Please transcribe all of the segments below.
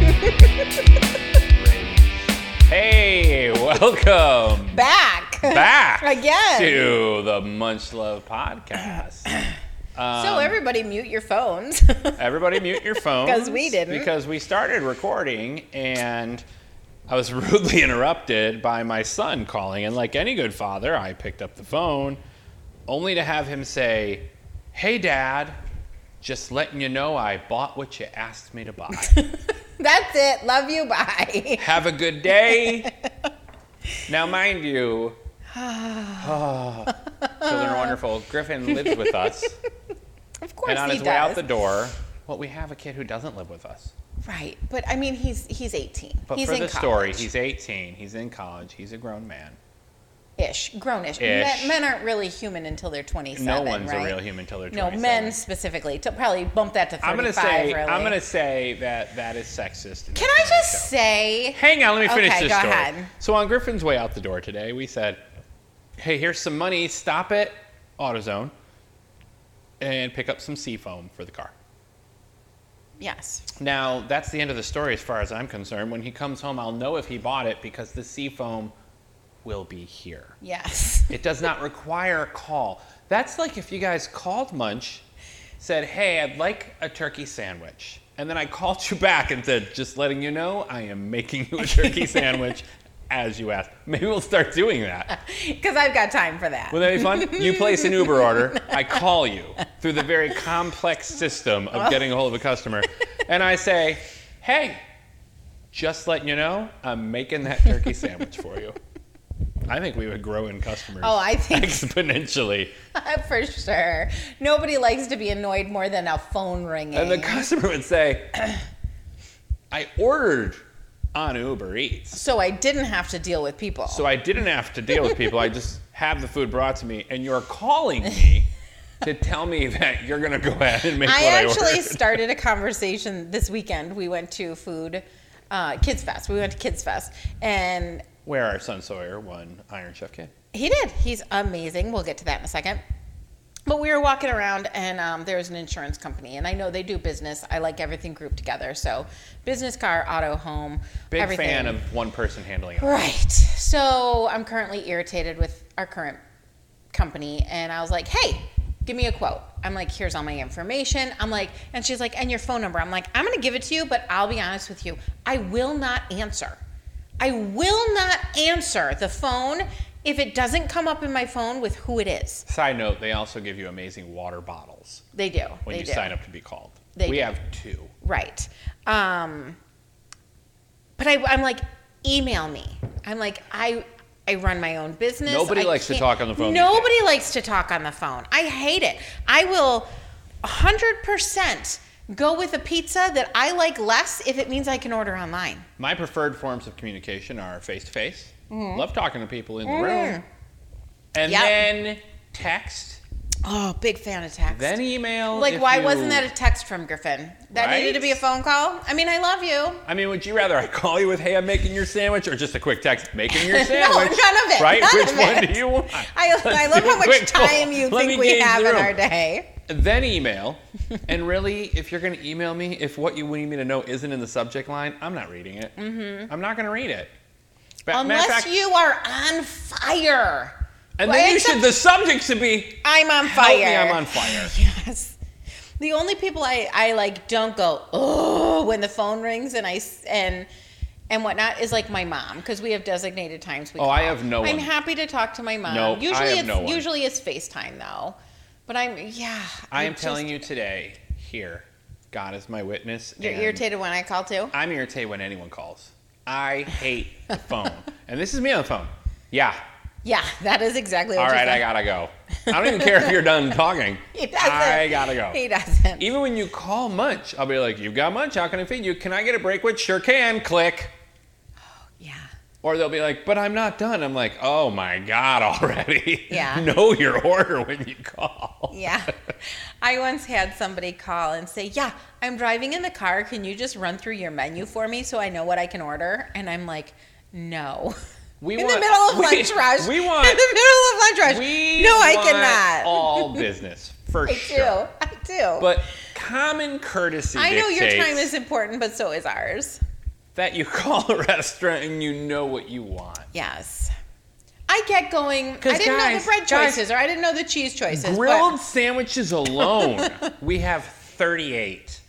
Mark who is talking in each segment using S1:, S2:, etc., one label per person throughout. S1: Welcome
S2: Back.
S1: back
S2: Again.
S1: to the Munch Love Podcast.
S2: so everybody mute your phones.
S1: Um, Everybody, mute your phones
S2: 'Cause we didn't.
S1: Because we started recording and I was rudely interrupted by my son calling. And like any good father, I picked up the phone only to have him say, "Hey, Dad." Just letting you know, I bought what you asked me to buy.
S2: That's it. Love you. Bye.
S1: Have a good day. now, mind you, children are wonderful. Griffin lives with us,
S2: Of course
S1: and on
S2: he
S1: his
S2: does.
S1: way out the door, well, we have a kid who doesn't live with us.
S2: right, but I mean, he's he's 18.
S1: But
S2: he's
S1: for
S2: in
S1: the story,
S2: college.
S1: he's 18. He's in college. He's a grown man.
S2: ish, grownish.
S1: Ish.
S2: Men, men aren't really human until they're 27.
S1: no one's
S2: right?
S1: a real human until they're
S2: No,
S1: 27.
S2: men specifically. To probably bump that to 35.
S1: I'm gonna say
S2: really.
S1: I'm gonna say that that is sexist. and
S2: Can
S1: that's
S2: I
S1: not
S2: just
S1: acceptable.
S2: say?
S1: Hang on, let me finish
S2: Okay,
S1: this
S2: go
S1: story.
S2: ahead.
S1: So on Griffin's way out the door today, we said, "Hey, here's some money. Stop it, AutoZone, and pick up some seafoam for the car."
S2: Yes.
S1: Now that's the end of the story, as far as I'm concerned. When he comes home, I'll know if he bought it because the seafoam will be here.
S2: Yes.
S1: It does not require a call. That's like if you guys called Munch, said, "Hey, I'd like a turkey sandwich," and then I called you back and said, "Just letting you know, I am making you a turkey sandwich." As you asked, maybe we'll start doing that.
S2: Because I've got time for that.
S1: Would that be fun? You place an Uber order, I call you through the very complex system of getting a hold of a customer, and I say, "Hey, just letting you know, I'm making that turkey sandwich for you." I think we would grow in customers
S2: Oh, I think
S1: exponentially.
S2: for sure. Nobody likes to be annoyed more than a phone ringing.
S1: And the customer would say, I ordered on Uber Eats.
S2: so I didn't have to deal with people.
S1: So I didn't have to deal with people. I just have the food brought to me, and you're calling me to tell me that you're going to go ahead and make
S2: I
S1: what I
S2: actually
S1: ordered.
S2: started a conversation this weekend. We went to food, uh, Kids Fest. We went to Kids Fest, and
S1: Where our son Sawyer won Iron Chef Kid.
S2: he did. He's amazing. We'll get to that in a second. But we were walking around, and um, there was an insurance company, and I know they do business. I like everything grouped together. So, business, car, auto, home,
S1: Big
S2: everything.
S1: fan of one person handling it.
S2: Right. So I'm currently irritated with our current company, and I was like, hey, give me a quote. I'm like, here's all my information. I'm like, and she's like, and your phone number. I'm like, I'm going to give it to you, but I'll be honest with you, I will not answer. I will not answer the phone if it doesn't come up in my phone with who it is.
S1: Side note, they also give you amazing water bottles
S2: They do.
S1: when
S2: they
S1: you
S2: do.
S1: sign up to be called.
S2: They
S1: we
S2: do.
S1: have two.
S2: Right. Um, but I, I'm like, email me. I'm like, I, I run my own business.
S1: Nobody
S2: I
S1: likes to
S2: can't-
S1: talk on the phone these
S2: Nobody likes to talk on the phone. I hate it. I will 100% go with a pizza that I like less if it means I can order online.
S1: My preferred forms of communication are face to face. Love talking to people in the room. And
S2: Mm-hmm. Yep.
S1: then text,
S2: Oh, big fan of text.
S1: then email.
S2: like,
S1: if
S2: why
S1: you-
S2: wasn't that a text from Griffin? That needed to
S1: Right?
S2: be a phone call. I mean, I love you.
S1: I mean, would you rather I call you with "Hey, I'm making your sandwich" or just a quick text "Making your
S2: No,
S1: sandwich"?
S2: none of it.
S1: Right?
S2: None
S1: Which
S2: of
S1: one
S2: it.
S1: do you want?
S2: I, I
S1: Let's
S2: love
S1: do a
S2: how much
S1: quick poll.
S2: time you
S1: Let me
S2: think we
S1: gauge
S2: have
S1: the
S2: in
S1: room.
S2: our day.
S1: Then email, and really, if you're going to email me, if what you need me to know isn't in the subject line, I'm not reading it. Mm-hmm. I'm not going to read it. But,
S2: Unless you are on fire.
S1: and
S2: Well,
S1: then you
S2: except
S1: should. The subject should be
S2: I'm on
S1: "Help
S2: fire.
S1: me, I'm on fire."
S2: Yes. The only people I, I like don't go oh when the phone rings and I s- and and whatnot is like my mom because we have designated times. We
S1: Oh, I
S2: call.
S1: have no
S2: I'm
S1: one.
S2: happy to talk to my mom.
S1: No, I
S2: usually
S1: have
S2: it's
S1: no one.
S2: usually it's FaceTime though, but I'm yeah.
S1: I am telling you today, here, God is my witness.
S2: you're
S1: and
S2: irritated when I call too.
S1: I'm irritated when anyone calls. I hate the phone. And this is me on the phone. Yeah.
S2: Yeah, that is exactly what
S1: All
S2: you
S1: right,
S2: said.
S1: I gotta go. I don't even care if you're done talking.
S2: He doesn't.
S1: I gotta
S2: He
S1: go. E-
S2: doesn't.
S1: Even when you call Munch, I'll be like, You've got Munch, how can I feed you? Can I get a break? Which sure can, click.
S2: yeah.
S1: Or they'll be like, But I'm not done. I'm like, Oh my God, already.
S2: Yeah.
S1: know your order when you call.
S2: Yeah. I once had somebody call and say, Yeah, I'm driving in the car. Can you just run through your menu for me so I know what I can order? And I'm like, No.
S1: We
S2: in
S1: want-
S2: the middle of
S1: we-
S2: lunch rush.
S1: we want-
S2: in the middle of lunch rush.
S1: We
S2: no, I
S1: want
S2: cannot.
S1: All business, for
S2: I
S1: sure.
S2: do. I do.
S1: But common courtesy.
S2: I know your
S1: dictates
S2: time is important, but so is ours.
S1: that you call a restaurant and you know what you want.
S2: Yes. I get going. I
S1: 'Cause
S2: didn't know
S1: guys-
S2: the bread
S1: guys-
S2: choices or I didn't know the cheese choices.
S1: Grilled
S2: But
S1: sandwiches alone, we have 38.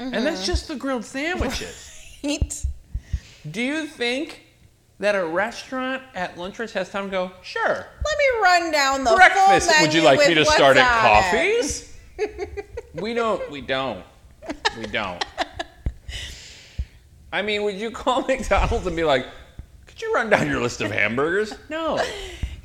S1: And
S2: Mm-hmm.
S1: that's just the grilled sandwiches.
S2: Eat.
S1: Do you think that a restaurant at Lunchers has time to go, sure,
S2: Let me run down the
S1: breakfast,
S2: Full
S1: would you
S2: menu
S1: like me
S2: with
S1: to start
S2: what's
S1: at
S2: on it.
S1: coffees? we don't, we don't, we don't. I mean, would you call McDonald's and be like, could you run down your list of hamburgers? No.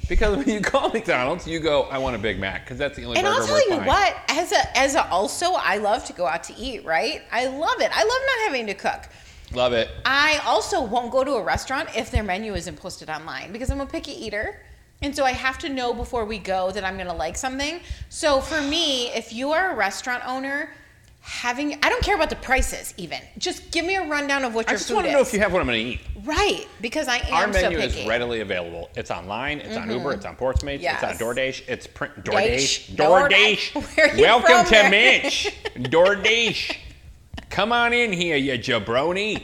S1: Because when you call McDonald's, you go, I want a Big Mac, because that's the only
S2: And
S1: burger
S2: I'll tell
S1: worth
S2: you
S1: buying.
S2: what, as a as a also, I love to go out to eat. Right? I love it. I love not having to cook.
S1: Love it.
S2: I also won't go to a restaurant if their menu isn't posted online because I'm a picky eater. And so I have to know before we go that I'm going to like something. So for me, if you are a restaurant owner, having I don't care about the prices even. Just give me a rundown of what
S1: I
S2: your
S1: just
S2: food
S1: want to
S2: is.
S1: know if you have what I'm going to eat.
S2: right, because I am
S1: Our
S2: so
S1: menu
S2: picky.
S1: is readily available. It's online. It's on Uber. It's on Portsmates.
S2: Mm-hmm. Yes.
S1: It's on DoorDash. It's print
S2: Dash.
S1: DoorDash. DoorDash.
S2: DoorDash. Where are you
S1: Welcome
S2: from,
S1: to
S2: Mary?
S1: Mitch. DoorDash. Come on in here, you jabroni.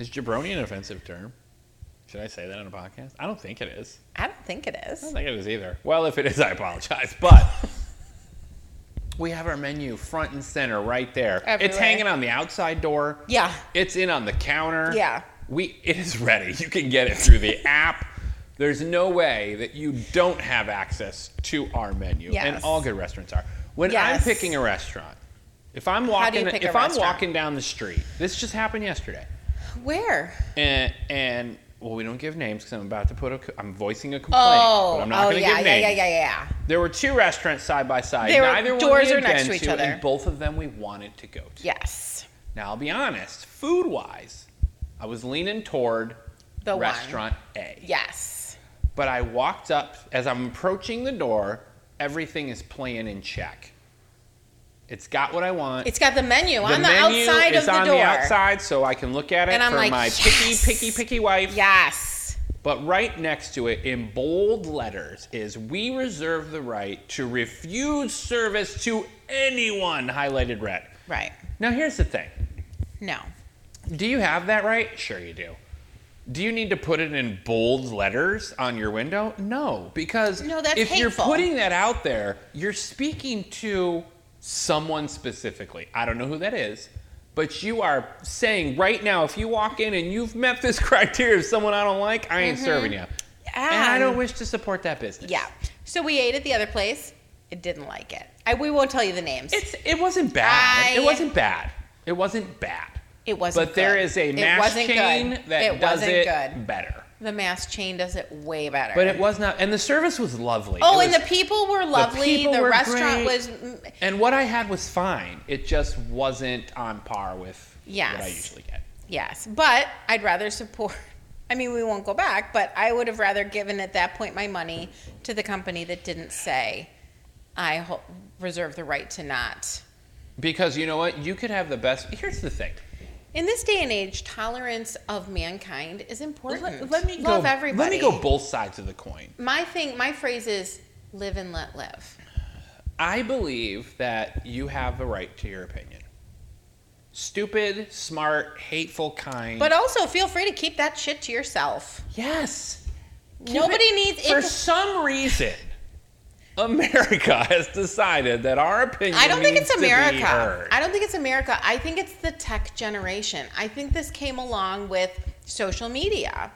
S1: Is jabroni an offensive term? Should I say that on a podcast? I don't think it is.
S2: I don't think it
S1: I
S2: is.
S1: don't think it is either. Well, if it is, I apologize. But we have our menu front and center right there. It's
S2: Everywhere.
S1: hanging on the outside door.
S2: Yeah.
S1: It's in on the counter.
S2: Yeah.
S1: We it is ready. You can get it through the app. There's no way that you don't have access to our menu.
S2: Yes.
S1: And all good restaurants are. When I'm
S2: Yes.
S1: picking a restaurant, if I'm
S2: do you
S1: walking
S2: pick a
S1: if I'm
S2: restaurant?
S1: walking down the street, this just happened yesterday.
S2: Where?
S1: And, and well, we don't give names because I'm about to put a. co- I'm voicing a complaint,
S2: Oh,
S1: but I'm not
S2: oh
S1: going to
S2: yeah,
S1: give
S2: yeah,
S1: names.
S2: yeah, yeah, yeah.
S1: There were two restaurants side by side.
S2: They were-
S1: Neither one
S2: doors
S1: we
S2: are
S1: had
S2: next
S1: been
S2: to each other.
S1: and both of them we wanted to go to.
S2: Yes.
S1: Now I'll be honest, food wise, I was leaning toward
S2: The one.
S1: restaurant A.
S2: Yes.
S1: But I walked up as I'm approaching the door. Everything is playing in check. It's got what I want.
S2: It's got the menu
S1: the
S2: on the
S1: menu
S2: outside
S1: is
S2: of the
S1: on
S2: door.
S1: the outside, so I can look at it
S2: And I'm
S1: for
S2: like,
S1: my
S2: "Yes."
S1: picky, picky, picky wife.
S2: Yes.
S1: But right next to it, in bold letters, is "We reserve the right to refuse service to anyone." Highlighted red.
S2: Right.
S1: Now here's the thing.
S2: No.
S1: Do you have that right? Sure, you do. Do you need to put it in bold letters on your window? No, because
S2: No, that's
S1: if
S2: hateful.
S1: you're putting that out there, you're speaking to someone specifically. I don't know who that is, but you are saying right now if you walk in and you've met this criteria of someone I don't like, I ain't
S2: Mm-hmm.
S1: serving you. and I
S2: Um,
S1: don't wish to support that business.
S2: Yeah. So we ate at the other place. It didn't like it. I, we won't tell you the names.
S1: It's it wasn't bad.
S2: I-
S1: It wasn't bad. It wasn't bad.
S2: it wasn't.
S1: But there
S2: good.
S1: is a
S2: It
S1: mass
S2: wasn't
S1: chain
S2: good.
S1: that
S2: it
S1: does
S2: wasn't
S1: it
S2: good.
S1: better.
S2: The mass chain does it way better.
S1: But it was not, and the service was lovely.
S2: oh,
S1: It
S2: and
S1: was-
S2: the people were lovely. The,
S1: people were great.
S2: restaurant was. mm,
S1: and what I had was fine. It just wasn't on par with what I
S2: Yes.
S1: usually get.
S2: Yes, but I'd rather support. I mean, we won't go back, but I would have rather given at that point my money to the company that didn't say, "I ho- reserve the right to not."
S1: Because you know what, you could have the best. Here's the thing.
S2: In this day and age, tolerance of mankind is important.
S1: Let, let me go.
S2: love everybody.
S1: Let me go both sides of the coin.
S2: My thing, my phrase is live and let live.
S1: I believe that you have the right to your opinion. Stupid, smart, hateful, kind.
S2: But also feel free to keep that shit to yourself.
S1: yes,
S2: Nobody needs
S1: for
S2: it.
S1: some reason. America has decided that our opinion.
S2: I don't think
S1: needs
S2: it's
S1: to be
S2: America.
S1: heard.
S2: I don't think it's America. I think it's the tech generation. I think this came along with social media.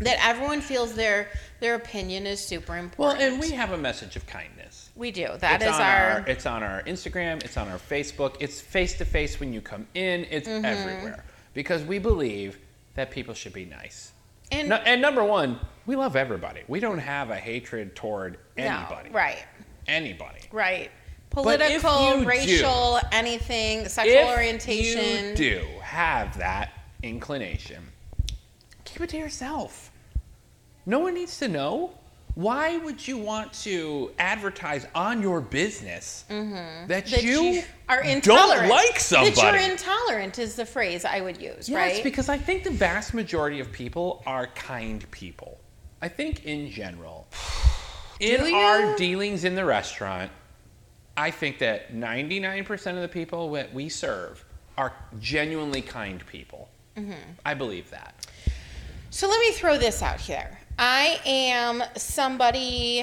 S2: That everyone feels their their opinion is super
S1: Well,
S2: important.
S1: and we have a message of kindness.
S2: we do. That
S1: it's
S2: is
S1: on
S2: our,
S1: It's on our Instagram. It's on our Facebook. It's face to face when you come in. It's
S2: Mm-hmm.
S1: everywhere because we believe that people should be nice.
S2: and
S1: No, and number one, we love everybody. We don't have a hatred toward anybody.
S2: No, right.
S1: Anybody.
S2: Right.
S1: But if
S2: Political,
S1: you
S2: racial, anything, sexual
S1: if
S2: orientation.
S1: you do have that inclination, keep it to yourself. No one needs to know. Why would you want to advertise on your business that,
S2: Mm-hmm. that
S1: you,
S2: you, are intolerant.
S1: don't like somebody?
S2: That you're intolerant is the phrase I would use,
S1: Yes,
S2: right?
S1: because I think the vast majority of people are kind people. I think in general, in
S2: Do you?
S1: our dealings in the restaurant, I think that 99% of the people that we serve are genuinely kind people.
S2: Mm-hmm.
S1: I believe that.
S2: So let me throw this out here. I am somebody.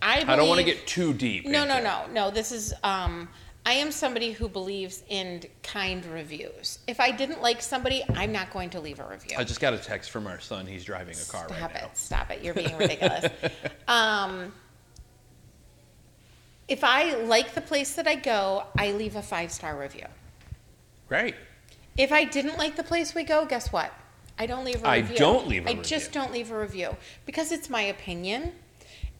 S2: I,
S1: I don't want to
S2: believe-
S1: get too deep.
S2: No,
S1: into
S2: no,
S1: it.
S2: no, no. This is. Um, I am somebody who believes in kind reviews. If I didn't like somebody, I'm not going to leave a review.
S1: I just got a text from our son. He's driving a car
S2: Stop
S1: right
S2: it!
S1: now.
S2: Stop it! You're being ridiculous. um, if I like the place that I go, I leave a five star review.
S1: Great.
S2: If I didn't like the place we go, guess what? I don't leave a
S1: I
S2: review.
S1: don't leave a
S2: I just
S1: review.
S2: don't leave a review because it's my opinion,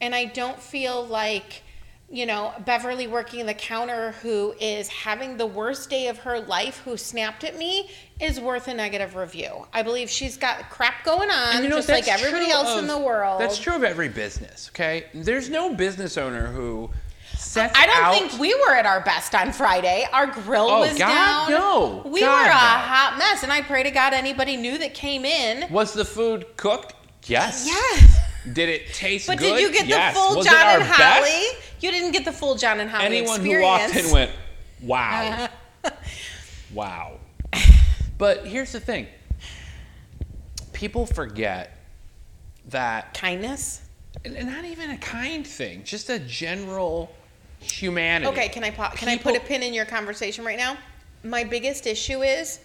S2: and I don't feel like you know Beverly working the counter who is having the worst day of her life who snapped at me is worth a negative review. I believe she's got crap going on, just like
S1: that's
S2: everybody
S1: true
S2: else in
S1: of-
S2: the world.
S1: That's true of every business, okay? There's no business owner who sets
S2: I don't
S1: out-
S2: think we were at our best on Friday. Our grill
S1: Oh,
S2: was
S1: God,
S2: down.
S1: no.
S2: we
S1: God,
S2: were a
S1: no.
S2: hot mess, and I pray to God anybody new that came in
S1: Was the food cooked? Yes.
S2: Yes.
S1: Did it taste
S2: But
S1: good?
S2: did you get
S1: Yes.
S2: the full
S1: Was it
S2: John
S1: our
S2: and Holly?
S1: best?
S2: You didn't get the full John and Holly
S1: Anyone who
S2: experience.
S1: walked in went, wow. wow. But here's the thing people forget that
S2: Kindness.
S1: and and not even a kind thing, just a general humanity.
S2: Okay, can I pa- can I put a
S1: People-
S2: pin in your conversation right now? My biggest issue is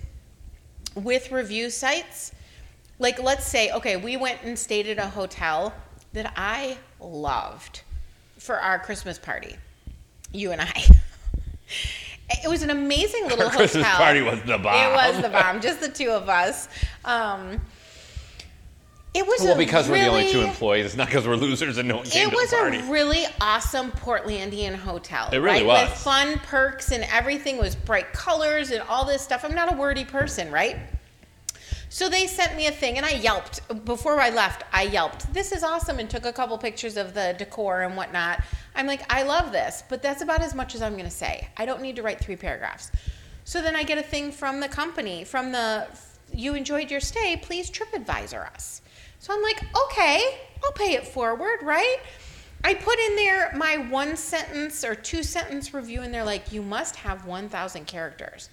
S2: with review sites. Like, let's say, okay, we went and stayed at a hotel that I loved for our Christmas party. You and I. It was an amazing little
S1: Our Christmas
S2: hotel.
S1: party was the bomb.
S2: It was the bomb. Just the two of us. Um, it was
S1: Well,
S2: a
S1: because we're the only two
S2: really-
S1: employees, it's not because we're losers and no one came
S2: it
S1: to
S2: was
S1: the party.
S2: a really awesome Portlandian hotel.
S1: It really
S2: right? With
S1: was.
S2: fun perks and everything was bright colors and all this stuff. I'm not a wordy person, right? So they sent me a thing and I yelped. Before I left, I yelped, This is awesome, and took a couple pictures of the decor and whatnot. I'm like, I love this, but that's about as much as I'm going to say. I don't need to write three paragraphs. So then I get a thing from the company, from the, you enjoyed your stay, please TripAdvisor us. So I'm like, okay, I'll pay it forward, right? I put in there my one sentence or two sentence review, and they're like, you must have 1,000 characters.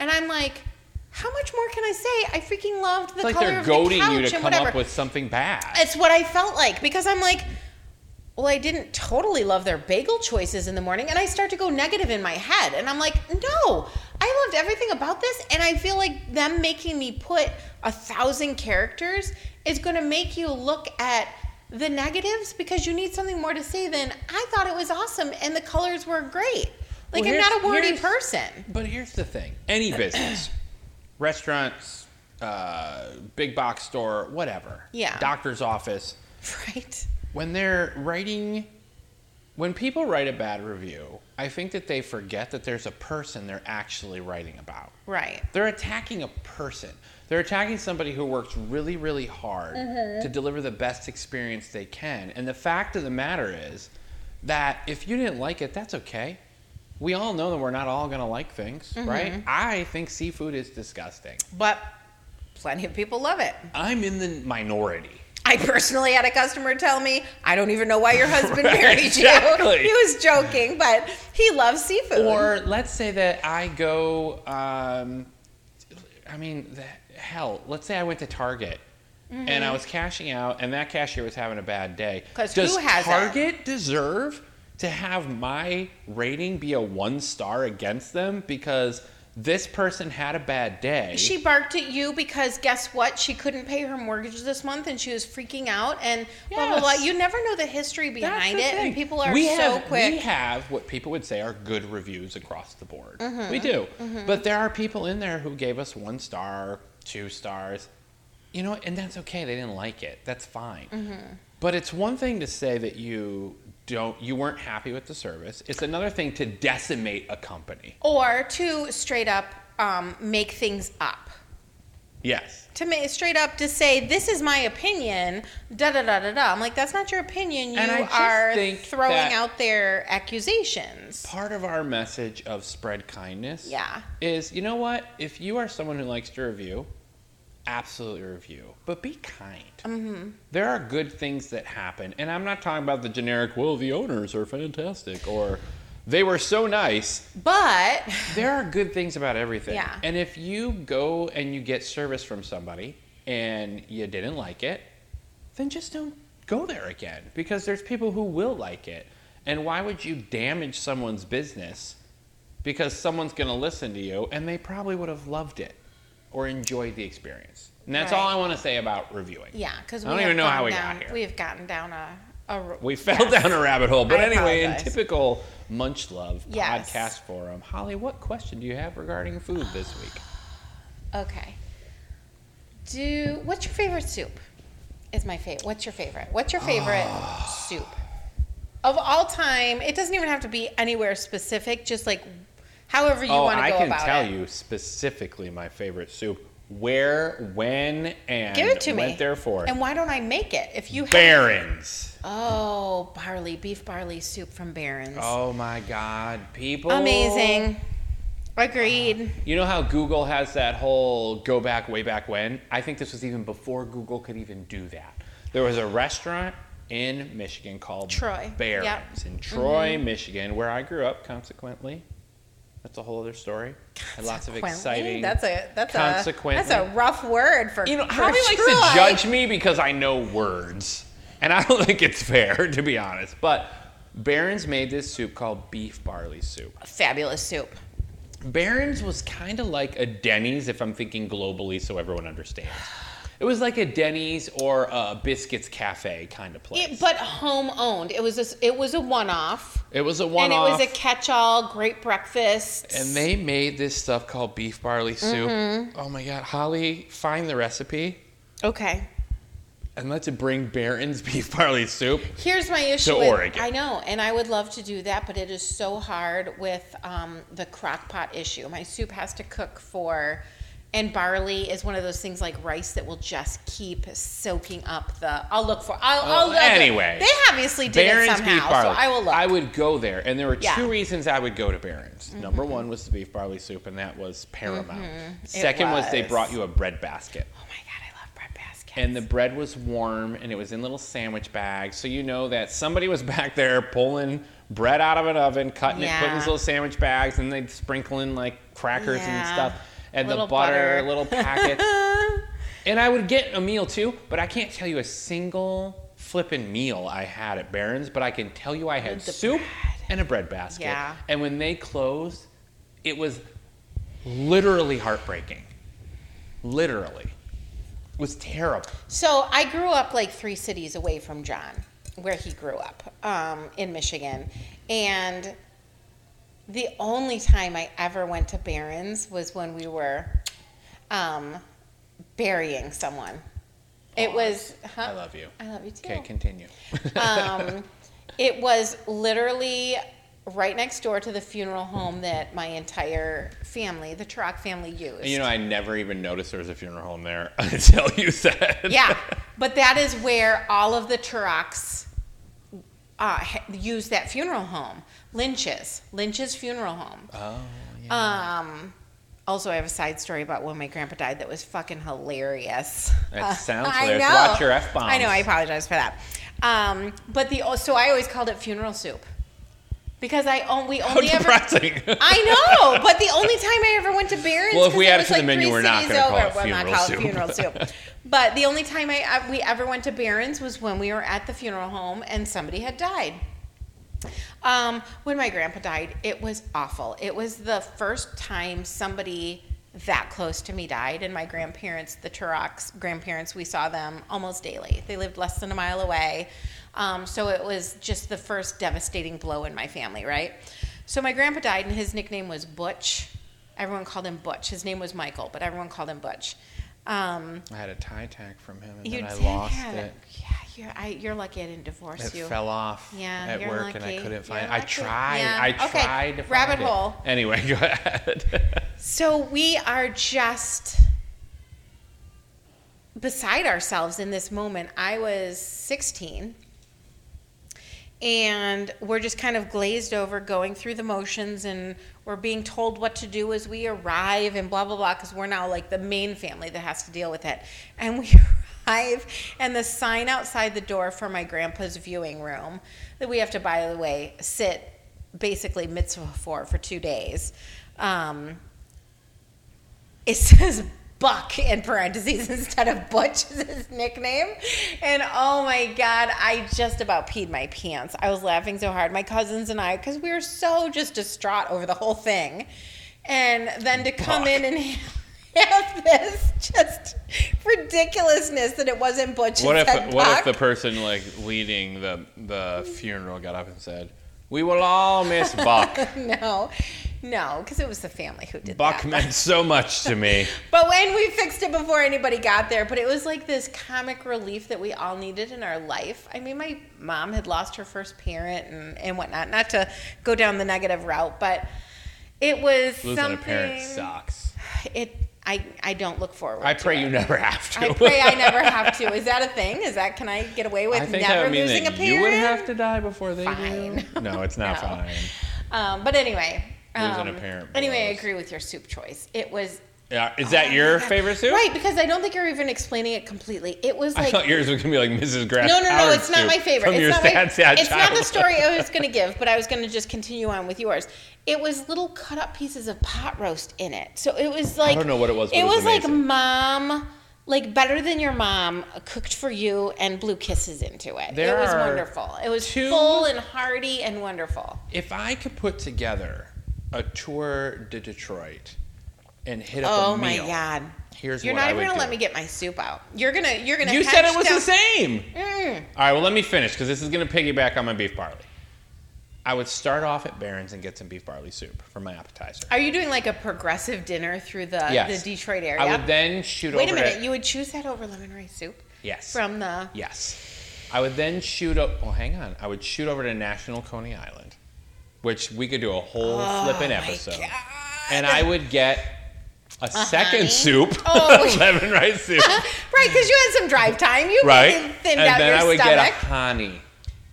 S2: And I'm like, how much more can I say? I freaking loved the
S1: it's like
S2: color
S1: they're
S2: of
S1: goading
S2: the couch
S1: you to come
S2: and whatever.
S1: up with something bad.
S2: It's what I felt like because I'm like, well, I didn't totally love their bagel choices in the morning, and I start to go negative in my head, and I'm like, no, I loved everything about this, and I feel like them making me put a thousand characters is going to make you look at the negatives because you need something more to say than I thought it was awesome and the colors were great.
S1: Well,
S2: Like I'm
S1: here's-
S2: not a wordy
S1: here's-
S2: person.
S1: But here's the thing any business, restaurants, uh, big box store, whatever,
S2: Yeah.
S1: doctor's office,
S2: Right.
S1: when they're writing when people write a bad review i think that they forget that there's a person they're actually writing about
S2: Right.
S1: they're attacking a person they're attacking somebody who works really really hard to deliver the best experience they can and the fact of the matter is that if you didn't like it that's okay we all know that we're not all going to like things right i think seafood is disgusting
S2: But plenty of people love it.
S1: i'm in the minority
S2: I personally had a customer tell me, I don't even know why your husband
S1: Right,
S2: married
S1: exactly.
S2: you. He was joking, but he loves seafood.
S1: Or let's say that I go, um, I mean, the, hell, let's say I went to Target and I was cashing out, and that cashier was having a bad day.
S2: Mm-hmm. 'Cause
S1: Does
S2: who hasn't?
S1: Target deserve to have my rating be a one star against them because this person had a bad day?
S2: she barked at you because guess what? She couldn't pay her mortgage this month and she was freaking out and blah, blah, blah.
S1: Yes.
S2: You never know the history
S1: That's
S2: behind
S1: the
S2: it,
S1: thing.
S2: and people are
S1: we
S2: so
S1: have,
S2: quick.
S1: We have what people would say are good reviews across the board.
S2: Mm-hmm.
S1: We do. But there are people in there who gave us one star, two stars. You know, what? and that's okay. They didn't like it. That's fine.
S2: Mm-hmm.
S1: But it's one thing to say that you don't you weren't happy with the service. It's another thing to decimate a company.
S2: or to straight up um, make things up.
S1: Yes.
S2: To ma- straight up to say this is my opinion, da da da da da. I'm like that's not your opinion. You
S1: And I just
S2: are
S1: think
S2: throwing
S1: that-
S2: out their accusations.
S1: Part of our message of spread kindness
S2: Yeah.
S1: is you know what? If you are someone who likes to review, absolutely review, but be kind. There are good things that happen, and I'm not talking about the generic. Well, the owners are fantastic, or They were so nice.
S2: But
S1: There are good things about everything.
S2: Yeah.
S1: And if you go and you get service from somebody and you didn't like it, then just don't go there again because there's people who will like it. And why would you damage someone's business because someone's going to listen to you and they probably would have loved it or enjoyed the experience? And that's all
S2: Right.
S1: I want to say about reviewing.
S2: yeah, because
S1: I
S2: we
S1: don't
S2: have
S1: even know
S2: gone
S1: how we
S2: down,
S1: got here.
S2: We have gotten down a. a r-
S1: We fell
S2: yes.
S1: down a rabbit hole. But
S2: I
S1: anyway, in
S2: apologize.
S1: typical Munch Love
S2: Yes.
S1: podcast forum, Holly, what question do you have regarding food this week?
S2: Okay. Do what's your favorite soup? Is my favorite. What's your favorite? What's your favorite soup of all time? It doesn't even have to be anywhere specific. Just like however you
S1: oh,
S2: want to
S1: I
S2: go
S1: can
S2: about
S1: tell
S2: it.
S1: you specifically my favorite soup, where, when, and
S2: Give it to
S1: went
S2: me.
S1: there for it.
S2: And why don't I make it? If you have
S1: Barons.
S2: oh barley beef barley soup from Barons,
S1: Oh my God, people!
S2: amazing. Agreed.
S1: You know how Google has that whole go back way back when? I think this was even before Google could even do that. There was a restaurant in Michigan called
S2: Troy.
S1: Barons
S2: Yep. Mm-hmm.
S1: in Troy, Michigan, where I grew up. Consequently, that's a whole other story. Had lots of
S2: Consequently,
S1: exciting.
S2: That's a that's
S1: consequently.
S2: a that's a rough word for
S1: You know,
S2: for
S1: Harvey likes
S2: Troy.
S1: to judge me because I know words. And I don't think it's fair, to be honest. But Barron's made this soup called beef barley soup.
S2: Fabulous soup.
S1: Barron's was kind of like a Denny's, if I'm thinking globally so everyone understands. It was like a Denny's or a Biscuits Cafe kind of place.
S2: It, but home owned. It was a, it was a one off,
S1: It was a
S2: and
S1: one
S2: it
S1: off.
S2: was a catch all great breakfast.
S1: and they made this stuff called beef barley soup. Oh my God. Holly, find the recipe
S2: okay,
S1: and let's bring Barron's beef barley soup.
S2: here's my issue.
S1: To
S2: with-
S1: Oregon.
S2: I know, and I would love to do that, but it is so hard with um, the crock pot issue. My soup has to cook for. And barley is one of those things like rice that will just keep soaking up the. I'll look for. I'll. I'll
S1: Well,
S2: look at-
S1: Oh, anyway.
S2: they obviously did it somehow, so I will look.
S1: I would go there, and there were
S2: Yeah. Mm-hmm.
S1: two reasons I would go to Barron's. Number one was the beef barley soup, and that was paramount. Second was. they
S2: Mm-hmm. was.
S1: brought you a bread basket,
S2: oh my god, I love bread baskets.
S1: and the bread was warm, and it was in little sandwich bags, so you know that somebody was back there pulling bread out of an oven, cutting it, putting
S2: Yeah.
S1: these little sandwich bags, and they'd sprinkle in like crackers and
S2: Yeah.
S1: stuff, and
S2: Little
S1: the butter,
S2: butter.
S1: little packets.
S2: Uh,
S1: And I would get a meal too, but I can't tell you a single flippin' meal I had at Barron's, but I can tell you I had
S2: With the
S1: soup
S2: bread.
S1: and a bread basket.
S2: Yeah.
S1: And when they closed, it was literally heartbreaking. Literally. It was terrible.
S2: So I grew up like three cities away from John, where he grew up um, in Michigan, and the only time I ever went to Barron's was when we were um, burying someone. It was. Huh?
S1: Oh, I love you.
S2: I love you too.
S1: Okay, continue.
S2: um, it was literally right next door to the funeral home that my entire family, the Turok family, used.
S1: you know, I never even noticed there was a funeral home there until you said.
S2: yeah, but that is where all of the Turoks uh, ha- use that funeral home, Lynch's, Lynch's funeral home.
S1: Oh, yeah.
S2: Um, also, I have a side story about when my grandpa died that was fucking hilarious.
S1: That
S2: Uh,
S1: sounds
S2: I
S1: hilarious.
S2: know.
S1: Watch your F-bombs.
S2: I know. I apologize for that. Um, but the so I always called it funeral soup because I on, we
S1: How
S2: only ever.
S1: depressing.
S2: I know, but the only time I ever went to Barron's.
S1: Well, if
S2: 'cause
S1: we
S2: it
S1: add it
S2: was
S1: to the
S2: like
S1: menu,
S2: three
S1: we're not
S2: cities
S1: gonna call
S2: over.
S1: it
S2: We're not
S1: funeral
S2: call it
S1: soup.
S2: funeral soup. But the only time I, I we ever went to Barron's was when we were at the funeral home and somebody had died. Um, when my grandpa died, it was awful. It was the first time somebody that close to me died, and my grandparents, the Turok's grandparents, we saw them almost daily. They lived less than a mile away. Um, so it was just the first devastating blow in my family, right? So my grandpa died, and his nickname was Butch. Everyone called him Butch. His name was Michael, but everyone called him Butch. Um,
S1: I had a tie tag from him, and
S2: you
S1: then I
S2: did
S1: lost
S2: have
S1: it.
S2: Yeah, you're, I, you're lucky I didn't divorce
S1: It
S2: you.
S1: fell off
S2: Yeah,
S1: at
S2: you're
S1: work and I
S2: lucky.
S1: couldn't find
S2: You're
S1: it. I
S2: lucky.
S1: tried.
S2: Yeah.
S1: I
S2: Okay,
S1: tried to find
S2: rabbit
S1: it.
S2: hole.
S1: Anyway, go ahead.
S2: So we are just beside ourselves in this moment. I was 16 and we're just kind of glazed over going through the motions and we're being told what to do as we arrive and blah blah blah because we're now like the main family that has to deal with it and we arrive and the sign outside the door for my grandpa's viewing room that we have to by the way sit basically mitzvah for for two days. Um, it says Buck in parentheses instead of Butch is his nickname. And oh my God, I just about peed my pants. I was laughing so hard. My cousins and I, because we were so just distraught over the whole thing. And then to come in and have this just ridiculousness that it wasn't Butch.
S1: What
S2: instead
S1: if what if
S2: Buck.
S1: the person like leading the the funeral got up and said, "We will all miss Buck.
S2: no, no, because it was the family who did
S1: Buck
S2: that.
S1: meant so much to me."
S2: But when we fixed it before anybody got there, but it was like this comic relief that we all needed in our life. I mean, my mom had lost her first parent and, and whatnot. Not to go down the negative route, but it was
S1: Losing
S2: something.
S1: a parent sucks.
S2: It. I, I don't look forward.
S1: I
S2: to
S1: pray
S2: it.
S1: you never have to.
S2: I pray I never have to. Is that a thing? Is that can I get away with
S1: I think
S2: never
S1: that would mean
S2: losing a
S1: that
S2: parent?
S1: you would have to die before they
S2: Fine.
S1: do. No, it's not
S2: No.
S1: fine.
S2: Um, but anyway.
S1: Losing a
S2: um,
S1: parent
S2: Anyway, I
S1: blows.
S2: agree with your soup choice. It was
S1: Yeah, is that your favorite soup?
S2: Oh right because I don't think you're even explaining it completely. It was
S1: I
S2: like
S1: thought yours was gonna be like Mrs. Grass.
S2: No, no, no.
S1: Howard
S2: It's not
S1: soup
S2: my favorite.
S1: From
S2: it's
S1: your
S2: not, my-
S1: sad, sad
S2: it's not the
S1: childhood.
S2: story I was going to give, but I was going to just continue on with yours. It was little cut up pieces of pot roast in it, so it was like
S1: don't know what it was, but
S2: It
S1: it was
S2: was like
S1: amazing.
S2: mom, like better than your mom, uh, cooked for you and blew kisses into it.
S1: There
S2: it was
S1: are
S2: wonderful. It was
S1: two-
S2: full and hearty and wonderful.
S1: If I could put together a tour to Detroit and hit up
S2: Oh
S1: a
S2: my
S1: meal,
S2: god!
S1: here's
S2: you're
S1: what
S2: not
S1: I
S2: even
S1: would
S2: gonna
S1: do.
S2: let me get my soup out. You're gonna you're gonna.
S1: You said
S2: hunch
S1: it was
S2: down-
S1: the same.
S2: Mm.
S1: All right, well, let me finish because this is going to piggyback on my beef barley. I would start off at Barron's and get some beef barley soup for my appetizer.
S2: Are you doing like a progressive dinner through the
S1: Yes.
S2: the Detroit area?
S1: I would then shoot
S2: Wait a
S1: over
S2: minute,
S1: to
S2: you would choose that over lemon rice soup?
S1: yes,
S2: From the
S1: yes. I would then shoot up. Well, hang on. I would shoot over to National Coney Island, which we could do a whole flippin' episode.
S2: Oh God.
S1: And I would get a second
S2: honey?
S1: soup,
S2: Oh.
S1: lemon rice soup.
S2: Right, because you had some drive time. You
S1: right?
S2: right? thinned
S1: and
S2: out
S1: then
S2: your
S1: I would
S2: stomach. Oh.
S1: get a honey.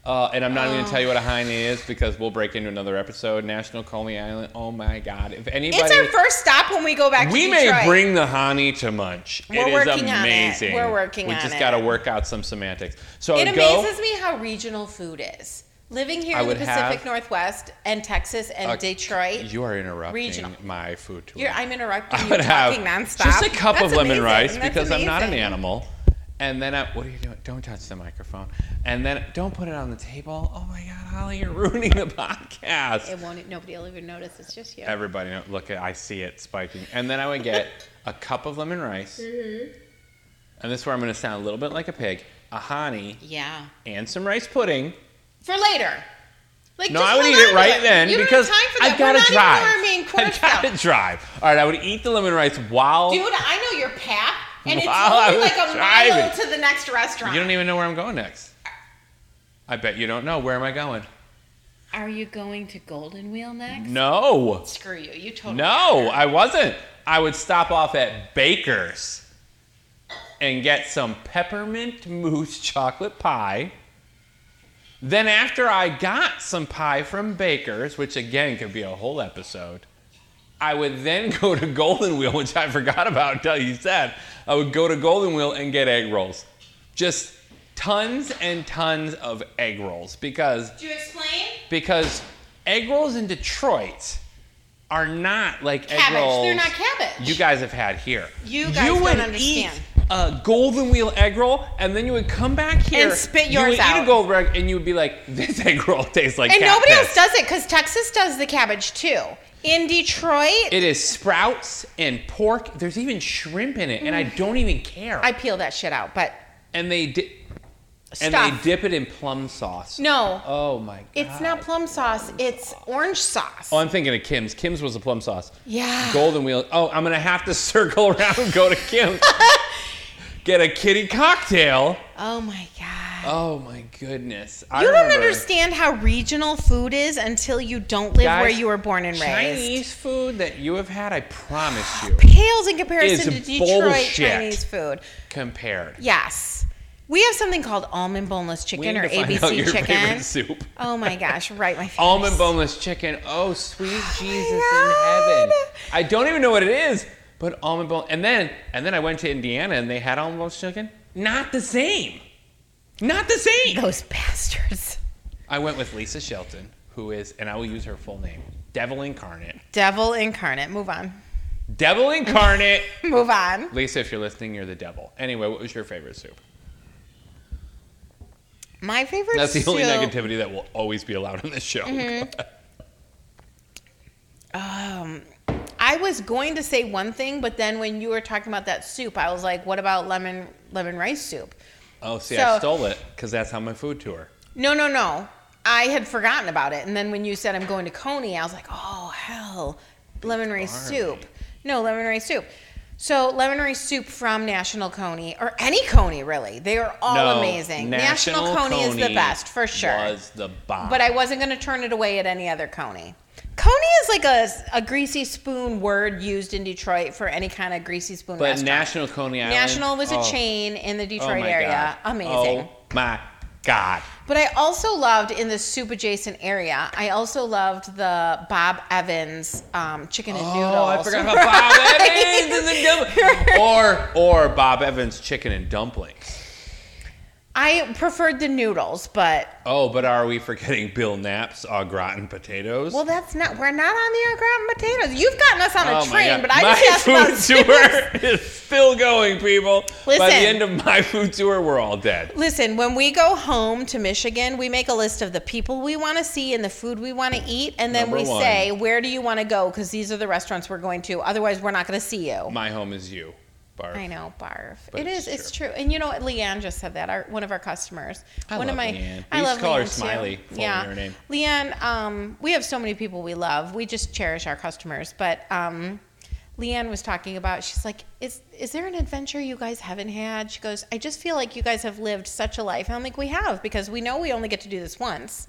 S1: Uh, and I'm not even going to tell you what a honey is because we'll break into another episode. National Coney Island. Oh my God! If anybody,
S2: it's our first stop when we go back
S1: we
S2: to
S1: may
S2: Detroit.
S1: bring the honey to munch. It
S2: We're
S1: is
S2: working on it.
S1: amazing.
S2: We're working
S1: We
S2: on
S1: just
S2: it.
S1: gotta work out some semantics. So I
S2: it
S1: would go.
S2: amazes me how regional food is. Living here
S1: I
S2: in the
S1: would
S2: Pacific
S1: have
S2: Northwest and Texas and
S1: a-
S2: Detroit,
S1: You are interrupting
S2: Regional.
S1: my food tour.
S2: you're, I'm interrupting
S1: I
S2: you
S1: would have
S2: talking nonstop.
S1: just a cup of
S2: That's
S1: lemon
S2: amazing.
S1: rice
S2: That's
S1: because I'm not an
S2: amazing.
S1: animal. And then I, what are you doing? Don't touch the microphone. And then don't put it on the table. Oh my God, Holly, you're ruining the podcast.
S2: It won't. Nobody will even notice. It's just you.
S1: Everybody, know- look at I see it spiking. And then I would get a cup of lemon rice.
S2: Mm-hmm.
S1: And this is where I'm going to sound a little bit like a pig. A honey
S2: yeah.
S1: and some rice pudding.
S2: for later. Like,
S1: No,
S2: just
S1: I would
S2: hold
S1: eat
S2: on
S1: it
S2: to
S1: right then
S2: you don't
S1: because
S2: have time for that.
S1: I've got
S2: We're
S1: to
S2: not
S1: drive.
S2: Even we're being
S1: I've
S2: coerced
S1: got
S2: out.
S1: to drive. All right, I would eat the lemon rice while
S2: Dude, I know your path, and it's
S1: While I
S2: only
S1: was
S2: like a mile
S1: driving.
S2: to the next restaurant.
S1: you don't even know where I'm going next. I bet you don't know where am I going.
S2: Are you going to Golden Wheel next?
S1: No.
S2: Screw you. You totally.
S1: No, I wasn't. I would stop off at Baker's and get some peppermint mousse chocolate pie. Then, after I got some pie from Baker's, which again could be a whole episode, I would then go to Golden Wheel, which I forgot about until you said. I would go to Golden Wheel and get egg rolls. Just tons and tons of egg rolls because
S2: Did you explain?
S1: because egg rolls in Detroit are not like egg
S2: Cabbage.
S1: rolls
S2: They're not cabbage.
S1: you guys have had here.
S2: You guys don't
S1: would
S2: understand.
S1: eat a golden wheel egg roll, and then you would come back here
S2: And spit
S1: You
S2: yours
S1: would eat
S2: out.
S1: a golden egg, and you would be like, "This egg roll tastes like."
S2: and
S1: cat
S2: nobody
S1: piss."
S2: else does it because Texas does the cabbage too. In Detroit,
S1: It is sprouts and pork. There's even shrimp in it, and I don't even care.
S2: I peel that shit out, but
S1: and they di- and
S2: stuff.
S1: they dip it in plum sauce.
S2: No.
S1: Oh my god.
S2: It's not plum sauce. It's orange sauce.
S1: Oh, I'm thinking of Kim's. Kim's was a plum sauce.
S2: Yeah.
S1: Golden wheel. Oh, I'm gonna have to circle around and go to Kim's. Get a kitty cocktail.
S2: oh my god.
S1: Oh my goodness. I
S2: You don't
S1: remember
S2: understand how regional food is until you don't live
S1: Guys,
S2: where you were born and raised.
S1: Chinese food that you have had, I promise
S2: Oh,
S1: you,
S2: Pales in comparison to
S1: Is
S2: Detroit
S1: bullshit.
S2: Chinese food.
S1: compared.
S2: Yes. We have something called almond boneless
S1: We
S2: chicken
S1: need to
S2: or
S1: find
S2: ABC
S1: out your
S2: chicken.
S1: favorite soup.
S2: Oh my gosh, right my face.
S1: Almond boneless chicken. Oh, sweet Jesus in
S2: God.
S1: heaven. I don't even know what it is, but almond bone. And then, and then I went to Indiana and they had almond boneless chicken. Not the same. Not the same.
S2: Those bastards.
S1: I went with Lisa Shelton, who is, and I will use her full name, Devil Incarnate.
S2: Devil incarnate. Move on.
S1: Devil Incarnate.
S2: Move on.
S1: Lisa, if you're listening, you're the devil. Anyway, what was your favorite soup?
S2: My favorite.
S1: That's the only
S2: soup- Mm-hmm.
S1: negativity that will always be allowed on this show.
S2: I was going to say one thing, but then when you were talking about that soup, I was like, "What about lemon lemon rice soup?"
S1: Oh, see,
S2: So-
S1: I stole it because that's on my food tour.
S2: No, no, no. I had forgotten about it, and then when you said I'm going to Coney, I was like, "Oh hell, lemon rice
S1: Barbie.
S2: soup." No, lemon rice soup. So lemon rice soup from National Coney or any Coney really. They are all
S1: No,
S2: amazing. National, Coney, is the
S1: Coney
S2: best for sure.
S1: Was the bomb.
S2: But I wasn't going to turn it away at any other Coney. Coney is like a, a greasy spoon word used in Detroit for any kind of greasy spoon
S1: But
S2: restaurant.
S1: National Coney Island.
S2: National was a
S1: oh,
S2: chain in the
S1: oh
S2: Detroit
S1: my
S2: area.
S1: God.
S2: Amazing.
S1: Oh my God.
S2: But I also loved in the soup adjacent area. I also loved the Bob Evans um, chicken and noodles.
S1: Oh, I forgot about Bob Evans and the dumplings. Or, or Bob Evans chicken and dumplings.
S2: I preferred the noodles, but
S1: Oh, but are we forgetting Bill Knapp's au gratin potatoes?
S2: well, that's not. We're not on the au gratin potatoes. You've gotten us on a
S1: Oh my
S2: train,
S1: God.
S2: but I
S1: my
S2: just asked about
S1: food tour is still going, people. By the
S2: Listen.
S1: end of my food tour, we're all dead.
S2: Listen, when we go home to Michigan, we make a list of the people we want to see and the food we want to eat, and then
S1: Number
S2: we
S1: one.
S2: say, "Where do you want to go?" Because these are the restaurants we're going to. Otherwise, we're not going to see you.
S1: My home is you, Barb.
S2: I know, barf.
S1: But
S2: it is.
S1: it's
S2: It's true. And you know what? Leanne just said that. Our one of our customers.
S1: I
S2: one of
S1: love
S2: my.
S1: Leanne. We
S2: I
S1: used
S2: love
S1: to call her
S2: Leanne too.
S1: Smiley, formerly her name.
S2: Leanne. Um, we have so many people we love. We just cherish our customers. But um, Leanne was talking about. She's like, is is there an adventure you guys haven't had? She goes, I just feel like you guys have lived such a life. And I'm like, we have because we know we only get to do this once.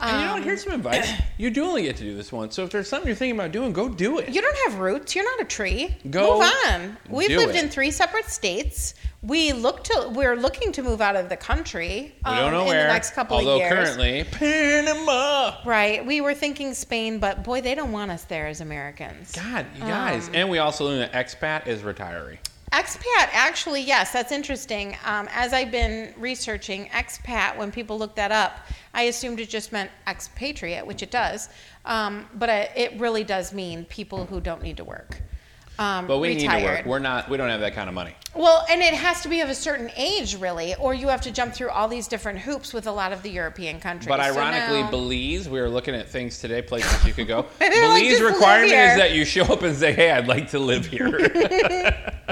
S1: And you know
S2: Um,
S1: what? Here's some advice. You do only get to do this once, so if there's something you're thinking about doing, go do it.
S2: You don't have roots. You're not a tree.
S1: Go
S2: move on. We've
S1: do
S2: lived
S1: it.
S2: in three separate states. We look to we're looking to move out of the country.
S1: we don't
S2: um,
S1: know
S2: in
S1: where.
S2: the next couple
S1: although
S2: of years.
S1: currently, Panama.
S2: Right. We were thinking Spain, but boy, they don't want us there as Americans.
S1: God, you guys. and we also learned that expat is retiree.
S2: Expat, actually, yes, that's interesting. Um, as I've been researching expat, when people look that up, I assumed it just meant expatriate, which it does. Um, but I, it really does mean people who don't need to work. Um,
S1: But we need to work.
S2: retired.
S1: We're not. We don't have that kind of money.
S2: Well, and it has to be of a certain age, really, or you have to jump through all these different hoops with a lot of the European countries.
S1: But
S2: So
S1: ironically,
S2: now-
S1: Belize, we were looking at things today, places you could go.
S2: Maybe we'll
S1: Belize
S2: just live
S1: requirement
S2: here.
S1: is that you show up and say, "Hey, I'd like to live here,"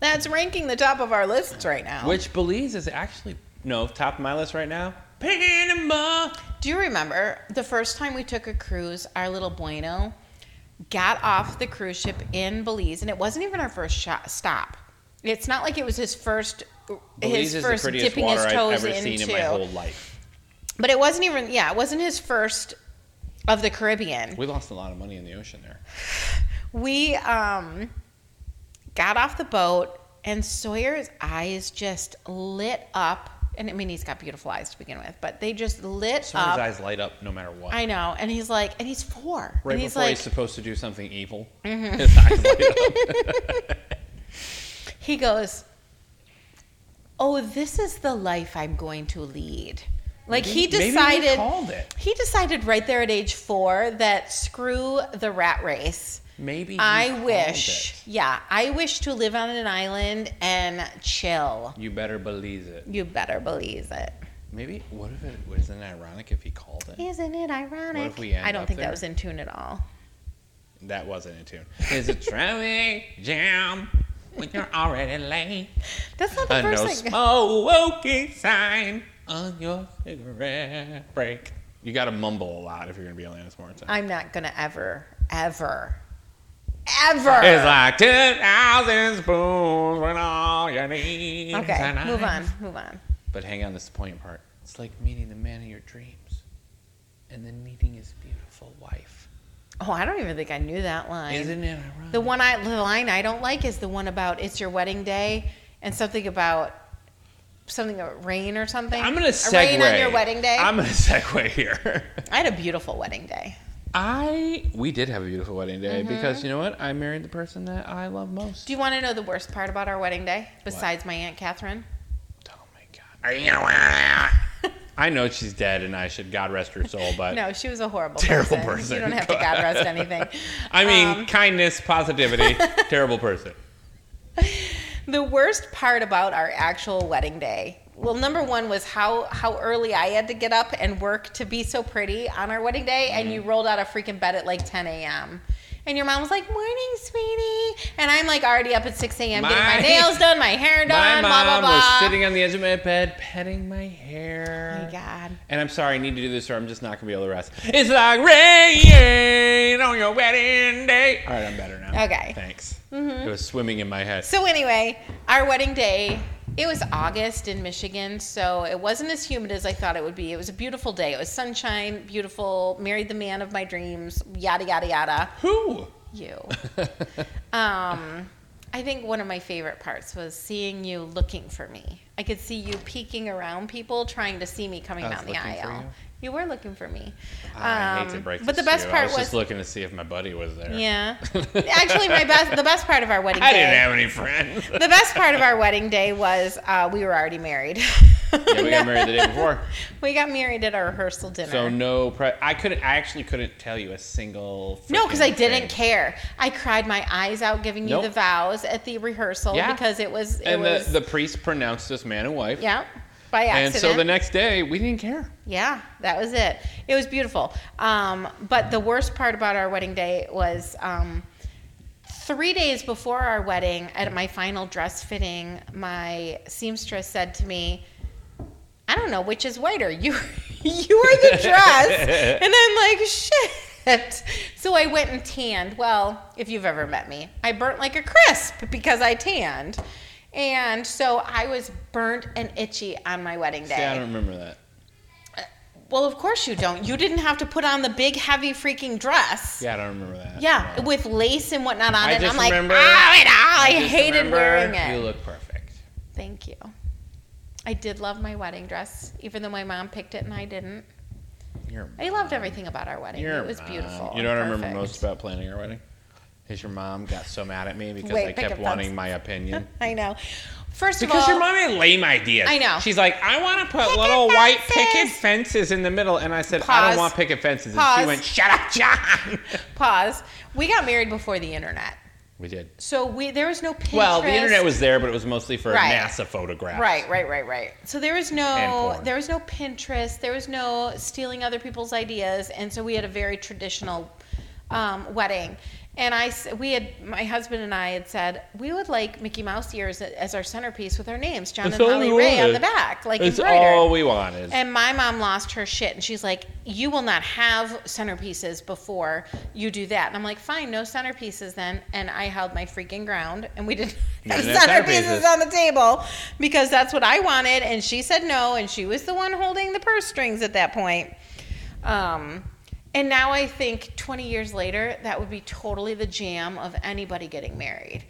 S2: that's ranking the top of our lists right now.
S1: which Belize is actually no top of my list right now. Panama.
S2: Do you remember the first time we took a cruise, our little Bueno got off the cruise ship in Belize, and it wasn't even our first shot, stop. It's not like it was his first.
S1: Belize
S2: his
S1: is
S2: first
S1: the prettiest
S2: dipping
S1: water
S2: his
S1: I've
S2: toes
S1: ever
S2: into.
S1: seen in my whole life.
S2: But it wasn't even. Yeah, it wasn't his first of the Caribbean.
S1: We lost a lot of money in the ocean there.
S2: we um got off the boat and Sawyer's eyes just lit up and I mean he's got beautiful eyes to begin with, but they just lit
S1: Some of
S2: up.
S1: his eyes light up no matter what.
S2: Uh, I know, and he's like, and he's four,
S1: right
S2: and he's
S1: before
S2: like, Mm-hmm.
S1: he's supposed to do something evil, his eyes light up.
S2: he goes, "Oh, this is the life I'm going to lead." Like he
S1: Maybe we
S2: decided,
S1: called it.
S2: he decided right there at age four that screw the rat race.
S1: Maybe he
S2: I
S1: called
S2: wish, yeah, I wish to live on an island and chill.
S1: it. You better believe it.
S2: You better believe it.
S1: Maybe what if it wasn't it ironic if he called it?
S2: Isn't it ironic?
S1: What if we end
S2: I don't
S1: up
S2: think that
S1: there?
S2: was in tune at all.
S1: That wasn't in tune. Is it traffic jam when you're already late?
S2: That's not the
S1: A no
S2: first thing.
S1: smoking sign on your cigarette break. You gotta mumble a lot if you're gonna be on this morning.
S2: I'm not gonna ever, ever, ever.
S1: It's like 10,000 spoons when all you need is a
S2: okay,
S1: knife.
S2: move on, move on.
S1: But hang on, this is the point part. It's like meeting the man of your dreams and then meeting his beautiful wife.
S2: Oh, I don't even think I knew that line.
S1: Isn't it ironic?
S2: the one I the line I don't like is the one about it's your wedding day and something about something about rain or something.
S1: I'm gonna
S2: A
S1: segue.
S2: Rain on your wedding day.
S1: I'm gonna segue here.
S2: I had a beautiful wedding day.
S1: I we did have a beautiful wedding day
S2: Mm-hmm.
S1: because you know what? I married the person that I love most.
S2: Do you want to know the worst part about our wedding day besides my aunt Catherine?
S1: oh my god! I know she's dead, and I should God rest her soul, but
S2: No, she was a horrible
S1: Terrible
S2: person.
S1: person.
S2: You don't have to God rest anything.
S1: I mean,
S2: Um,
S1: kindness, positivity, terrible person.
S2: the worst part about our actual wedding day well number one was how how early i had to get up and work to be so pretty on our wedding day and
S1: Mm-hmm.
S2: you rolled out of freaking bed at like 10 a.m and your mom was like morning sweetie and i'm like already up at 6 a.m getting my
S1: My-
S2: nails done my hair
S1: My
S2: done
S1: mom
S2: blah blah blah
S1: was sitting on the edge of my bed, petting my hair.
S2: oh my god
S1: And I'm sorry, I need to do this, or I'm just not gonna be able to rest. It's like rain on your wedding day. All right, I'm better now.
S2: Okay. Mm-hmm.
S1: Thanks. It was swimming in my head.
S2: So anyway, our wedding day, it was August in Michigan, so it wasn't as humid as I thought it would be. It was a beautiful day. It was sunshine, beautiful, married the man of my dreams, yada yada yada.
S1: Who?
S2: You. um I think one of my favorite parts was seeing you looking for me. I could see you peeking around people trying to see me coming
S1: I was
S2: down the
S1: looking for
S2: aisle.
S1: you? Ah,
S2: You were looking for me.
S1: I hate to
S2: Um,
S1: break this
S2: But the
S1: to
S2: best
S1: you. I
S2: part
S1: was, just
S2: was
S1: looking to see if my buddy was there.
S2: yeah. Actually, my best the best part of our wedding
S1: I
S2: day
S1: didn't have any friends.
S2: the best part of our wedding day was uh, we were already married.
S1: yeah, we got married the day before,
S2: We got married at our rehearsal dinner.
S1: so no. Pre- I couldn't. I actually couldn't tell you a single.
S2: no, because I
S1: freaking
S2: didn't
S1: thing.
S2: care. I cried my eyes out giving you
S1: Nope.
S2: the vows at the rehearsal
S1: Yeah.
S2: because it was it
S1: And
S2: was
S1: the, the priest pronounced us man and wife.
S2: yeah by
S1: And
S2: accident.
S1: so the next day, we didn't care.
S2: Yeah, that was it. It was beautiful. Um, but the worst part about our wedding day was um, three days before our wedding, at my final dress fitting, my seamstress said to me, "I don't know which is whiter. You, you were the dress." and I'm like, "Shit." So I went and tanned. Well, if you've ever met me, I burnt like a crisp because I tanned. And so I was burnt and itchy on my wedding day.
S1: See, I don't remember that.
S2: Well, of course you don't. You didn't have to put on the big, heavy freaking dress.
S1: Yeah, I don't remember that.
S2: Yeah,
S1: No.
S2: with lace and whatnot on
S1: I
S2: it. and
S1: just
S2: I'm like,
S1: remember-
S2: oh, it, ah, I,
S1: I just
S2: hated
S1: remember
S2: wearing
S1: You
S2: it.
S1: look perfect.
S2: Thank you. I did love my wedding dress, even though my mom picked it and I didn't.
S1: Your
S2: I loved everything about our wedding.
S1: your
S2: it was
S1: mom.
S2: beautiful.
S1: You know what
S2: and
S1: I remember
S2: perfect.
S1: most about planning your wedding? Is your mom got so mad at me because
S2: Wait,
S1: I
S2: pick
S1: kept
S2: up
S1: wanting
S2: thoughts.
S1: my opinion.
S2: I know. First
S1: Because
S2: of all,
S1: your mom had lame ideas.
S2: I know.
S1: She's like, I want to put
S2: Picket
S1: little white picket
S2: fences."
S1: fences in the middle, and I said, I
S2: Pause.
S1: don't want picket fences. And
S2: Pause.
S1: she went, Shut up, John.
S2: pause. We got married before the internet,
S1: we did.
S2: so we there was no Pinterest.
S1: Well, the internet was there, but it was mostly for
S2: Right.
S1: NASA photographs.
S2: Right, right, right, right. So there was
S1: And
S2: no
S1: porn.
S2: there was no Pinterest, there was no stealing other people's ideas, and so we had a very traditional um, wedding. And I s- we had my husband and I had said we would like Mickey Mouse ears a- as our centerpiece with our names, John
S1: That's
S2: and
S1: all
S2: Holly
S1: we
S2: Ray on
S1: wanted.
S2: the back, like
S1: It's
S2: embroidered.
S1: all we wanted.
S2: And my mom lost her shit and she's like, You will not have centerpieces before you do that. And I'm like, Fine, no centerpieces then. And I held my freaking ground and we didn't
S1: You
S2: have
S1: didn't have
S2: centerpieces
S1: centerpieces.
S2: on the table because that's what I wanted. And she said no. And she was the one holding the purse strings at that point. Um, and now I think 20 years later, that would be totally the jam of anybody getting married.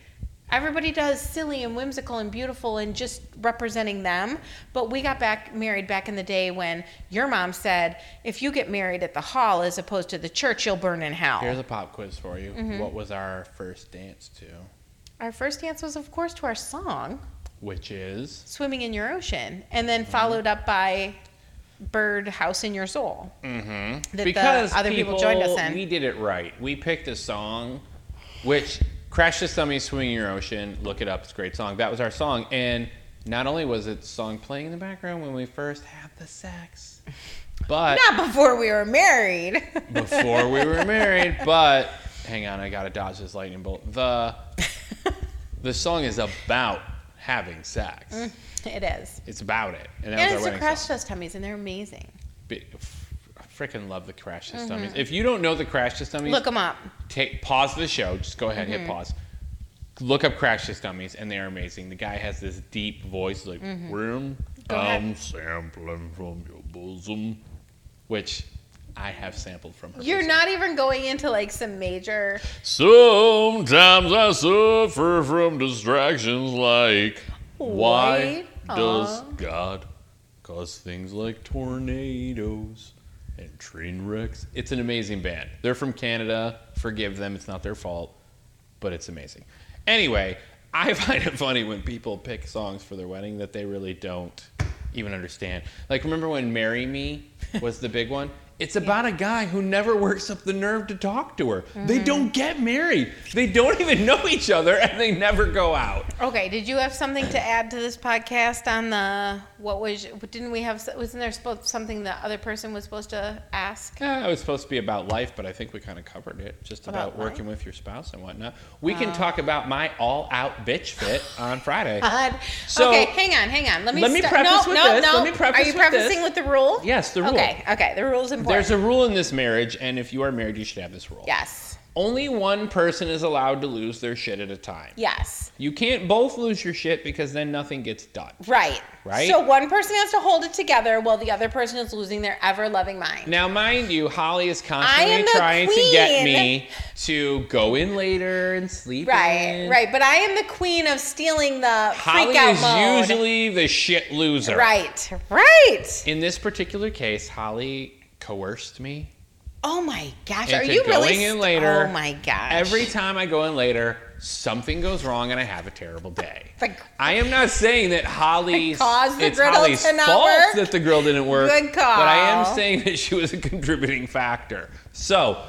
S2: Everybody does silly and whimsical and beautiful and just representing them. But we got back married back in the day when your mom said, if you get married at the hall as opposed to the church, you'll burn in hell.
S1: Here's a pop quiz for you.
S2: Mm-hmm.
S1: What was our first dance to?
S2: Our first dance was, of course, to our song,
S1: Which is
S2: Swimming in Your Ocean, and then
S1: Mm-hmm.
S2: followed up by Bird House in Your Soul. Mm-hmm. That
S1: because
S2: the other people, joined us in.
S1: We did it right. We picked a song, which "Crash the Dummy, Swing Your Ocean." Look it up; it's a great song. That was our song, and not only was it the song playing in the background when we first had the sex, but
S2: Not before we were married.
S1: before we were married. But hang on, I gotta dodge this lightning bolt. The the song is about having sex.
S2: Mm, it is.
S1: It's about it, and that was
S2: Mm-hmm. And it's
S1: our
S2: the
S1: wedding
S2: crash
S1: song.
S2: test tummies, and they're amazing.
S1: Be- f- I freaking love the Crash
S2: Mm-hmm.
S1: Test Dummies. If you don't know the Crash Test Dummies,
S2: Look them up.
S1: take pause the show. Just go ahead,
S2: Mm-hmm.
S1: hit pause. Look up Crash Test Dummies, and they are amazing. The guy has this deep voice, like room.
S2: Mm-hmm. Go ahead.
S3: I'm sampling from your bosom.
S1: which I have sampled from her.
S2: You're
S1: voice.
S2: not even going into like some major.
S3: Sometimes I suffer from distractions like
S1: Why
S2: Why?
S1: does
S2: Aw.
S1: God cause things like tornadoes and train wrecks? It's an amazing band. They're from Canada. Forgive them. It's not their fault, but it's amazing. Anyway, I find it funny when people pick songs for their wedding that they really don't even understand. Like, remember when Marry Me was the big one? It's about a guy who never works up the nerve to talk to her. They
S2: Mm-hmm.
S1: don't get married. They don't even know each other and they never go out.
S2: Okay, did you have something to add to this podcast on the what was didn't we have wasn't there supposed something the other person was supposed to ask?
S1: Yeah, Eh, it was supposed to be about life, but I think we kind of covered it. Just about,
S2: About
S1: working with your spouse and whatnot. We can talk about my all out bitch fit on Friday.
S2: God.
S1: So-
S2: okay, hang on, hang on. Let me
S1: Let me
S2: sta-
S1: preface
S2: no,
S1: with
S2: no,
S1: this.
S2: No.
S1: Let me preface
S2: Are you
S1: with this.
S2: prefacing with the rule?
S1: Yes, the rule.
S2: Okay, okay, the rule's important.
S1: There's a rule in this marriage, and if you are married, you should have this rule.
S2: yes.
S1: Only one person is allowed to lose their shit at a time.
S2: Yes.
S1: You can't both lose your shit because then nothing gets done.
S2: Right.
S1: Right?
S2: So one person has to hold it together while the other person is losing their ever loving mind.
S1: Now, mind you, Holly is
S2: I
S1: constantly
S2: am the
S1: trying to get
S2: queen.
S1: me to go in later and sleep
S2: Right,
S1: in.
S2: right. But I am the queen of stealing the
S1: Holly
S2: freak out
S1: is
S2: mode.
S1: usually the shit loser.
S2: right, right.
S1: In this particular case, Holly coerced me.
S2: Oh my gosh, are
S1: Into
S2: you really
S1: going in
S2: st-
S1: later.
S2: Oh my gosh.
S1: Every time I go in later, something goes wrong and I have a terrible day.
S2: Like-
S1: I am not saying that Holly's
S2: Caused the
S1: it's
S2: griddle
S1: Holly's
S2: to not
S1: fault
S2: work.
S1: that the grill didn't work.
S2: Good
S1: But I am
S2: call.
S1: saying that she was a contributing factor. So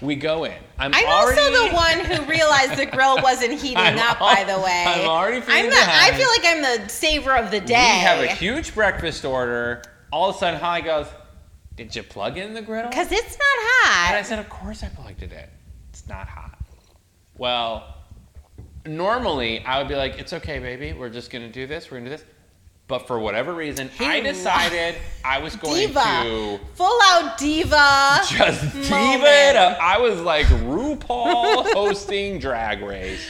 S1: we go in. I'm,
S2: I'm
S1: already
S2: also the one who realized the grill wasn't heating
S1: I'm
S2: up.
S1: al-
S2: by the way,
S1: I'm already feeling
S2: I'm the, I
S1: behind.
S2: feel like I'm the saver of the day.
S1: We have a huge breakfast order. All of a sudden, Holly goes, "Did you plug in the griddle?"
S2: Cause it's not
S1: And I
S2: hot.
S1: said, Of course I plugged it in. It's not hot. Well, normally I would be like, It's okay, baby. We're just going to do this. We're going to do this. But for whatever reason, I
S2: lo-
S1: decided I was going
S2: Diva,
S1: to
S2: full out diva.
S1: just diva it up. I was like RuPaul hosting Drag Race.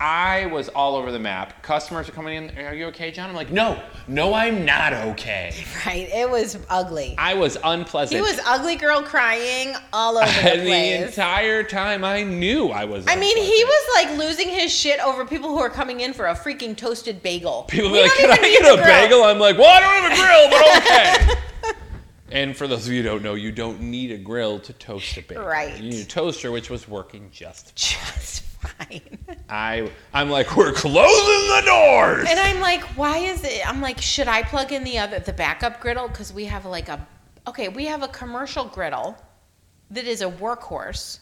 S1: I was all over the map. Customers are coming in. Are you okay, John? I'm like, no, no, I'm not okay.
S2: Right, it was ugly.
S1: I was unpleasant.
S2: He was ugly girl crying all over the
S1: and the
S2: place.
S1: entire time, I knew I was.
S2: I mean,
S1: unpleasant.
S2: he was like losing his shit over people who are coming in for a freaking toasted bagel.
S1: People
S2: We
S1: be like,
S2: don't
S1: "Can I
S2: even need
S1: get
S2: the
S1: a
S2: grill."
S1: bagel?" I'm like, "Well, I don't have a grill, but okay." and for those of you who don't know, you don't need a grill to toast a bagel.
S2: Right.
S1: You need a toaster, which was working just.
S2: Just fine.
S1: I I'm like, "We're closing the doors."
S2: And I'm like, why is it? I'm like, should I plug in the other the backup griddle because we have like a okay, we have a commercial griddle that is a workhorse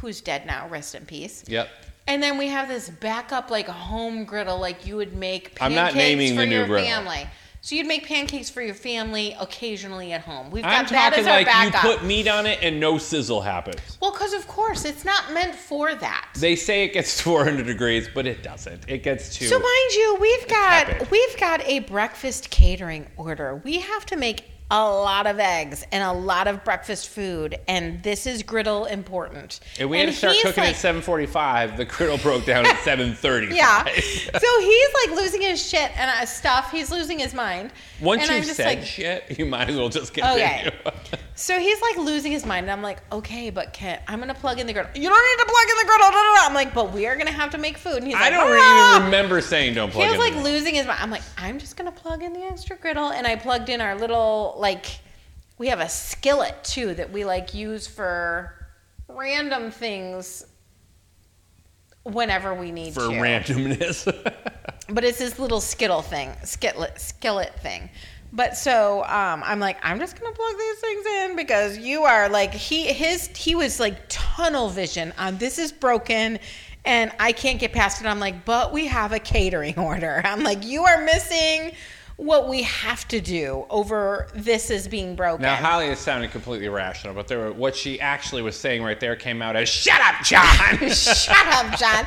S2: who's dead now, rest in peace.
S1: yep.
S2: And then we have this backup like home griddle, like you would make pancakes
S1: I'm not naming
S2: for
S1: the new
S2: your
S1: griddle.
S2: family. So you'd make pancakes for your family occasionally at home. We've got
S1: I'm
S2: that
S1: talking
S2: as our
S1: like you
S2: backup.
S1: put meat on it and no sizzle happens.
S2: well, because of course it's not meant for that.
S1: They say it gets 400 degrees, but it doesn't. It gets to
S2: So mind you, we've got
S1: tepid.
S2: we've got a breakfast catering order. We have to make a lot of eggs and a lot of breakfast food, and this is griddle important.
S1: and we had to start
S2: he's
S1: cooking
S2: like-
S1: at 7:45. The griddle broke down at 7:30.
S2: Yeah. so he's like losing his shit and uh, stuff. He's losing his mind.
S1: Once
S2: and
S1: you
S2: I'm
S1: said
S2: just like,
S1: shit, you might as well just continue.
S2: so he's like losing his mind. And I'm like, okay, but can I'm gonna plug in the griddle. You don't need to plug in the griddle. Da, da, da. I'm like, but we are gonna have to make food. And he's
S1: I
S2: like,
S1: don't
S2: ah!
S1: even remember saying don't plug
S2: he
S1: in
S2: was like
S1: the grill.
S2: losing his mind. I'm like, I'm just gonna plug in the extra griddle, and I plugged in our little like, we have a skillet too that we like use for random things whenever we need
S1: for
S2: to.
S1: randomness.
S2: But it's this little skittle thing, skillet skillet thing. But so um, I'm like, I'm just gonna plug these things in because you are like he his he was like tunnel vision on this is broken and I can't get past it. I'm like, but we have a catering order. I'm like, you are missing what we have to do over this is being broken.
S1: now Holly is sounding completely rational, but there were, what she actually was saying right there came out as "Shut up, John."
S2: Shut up, John.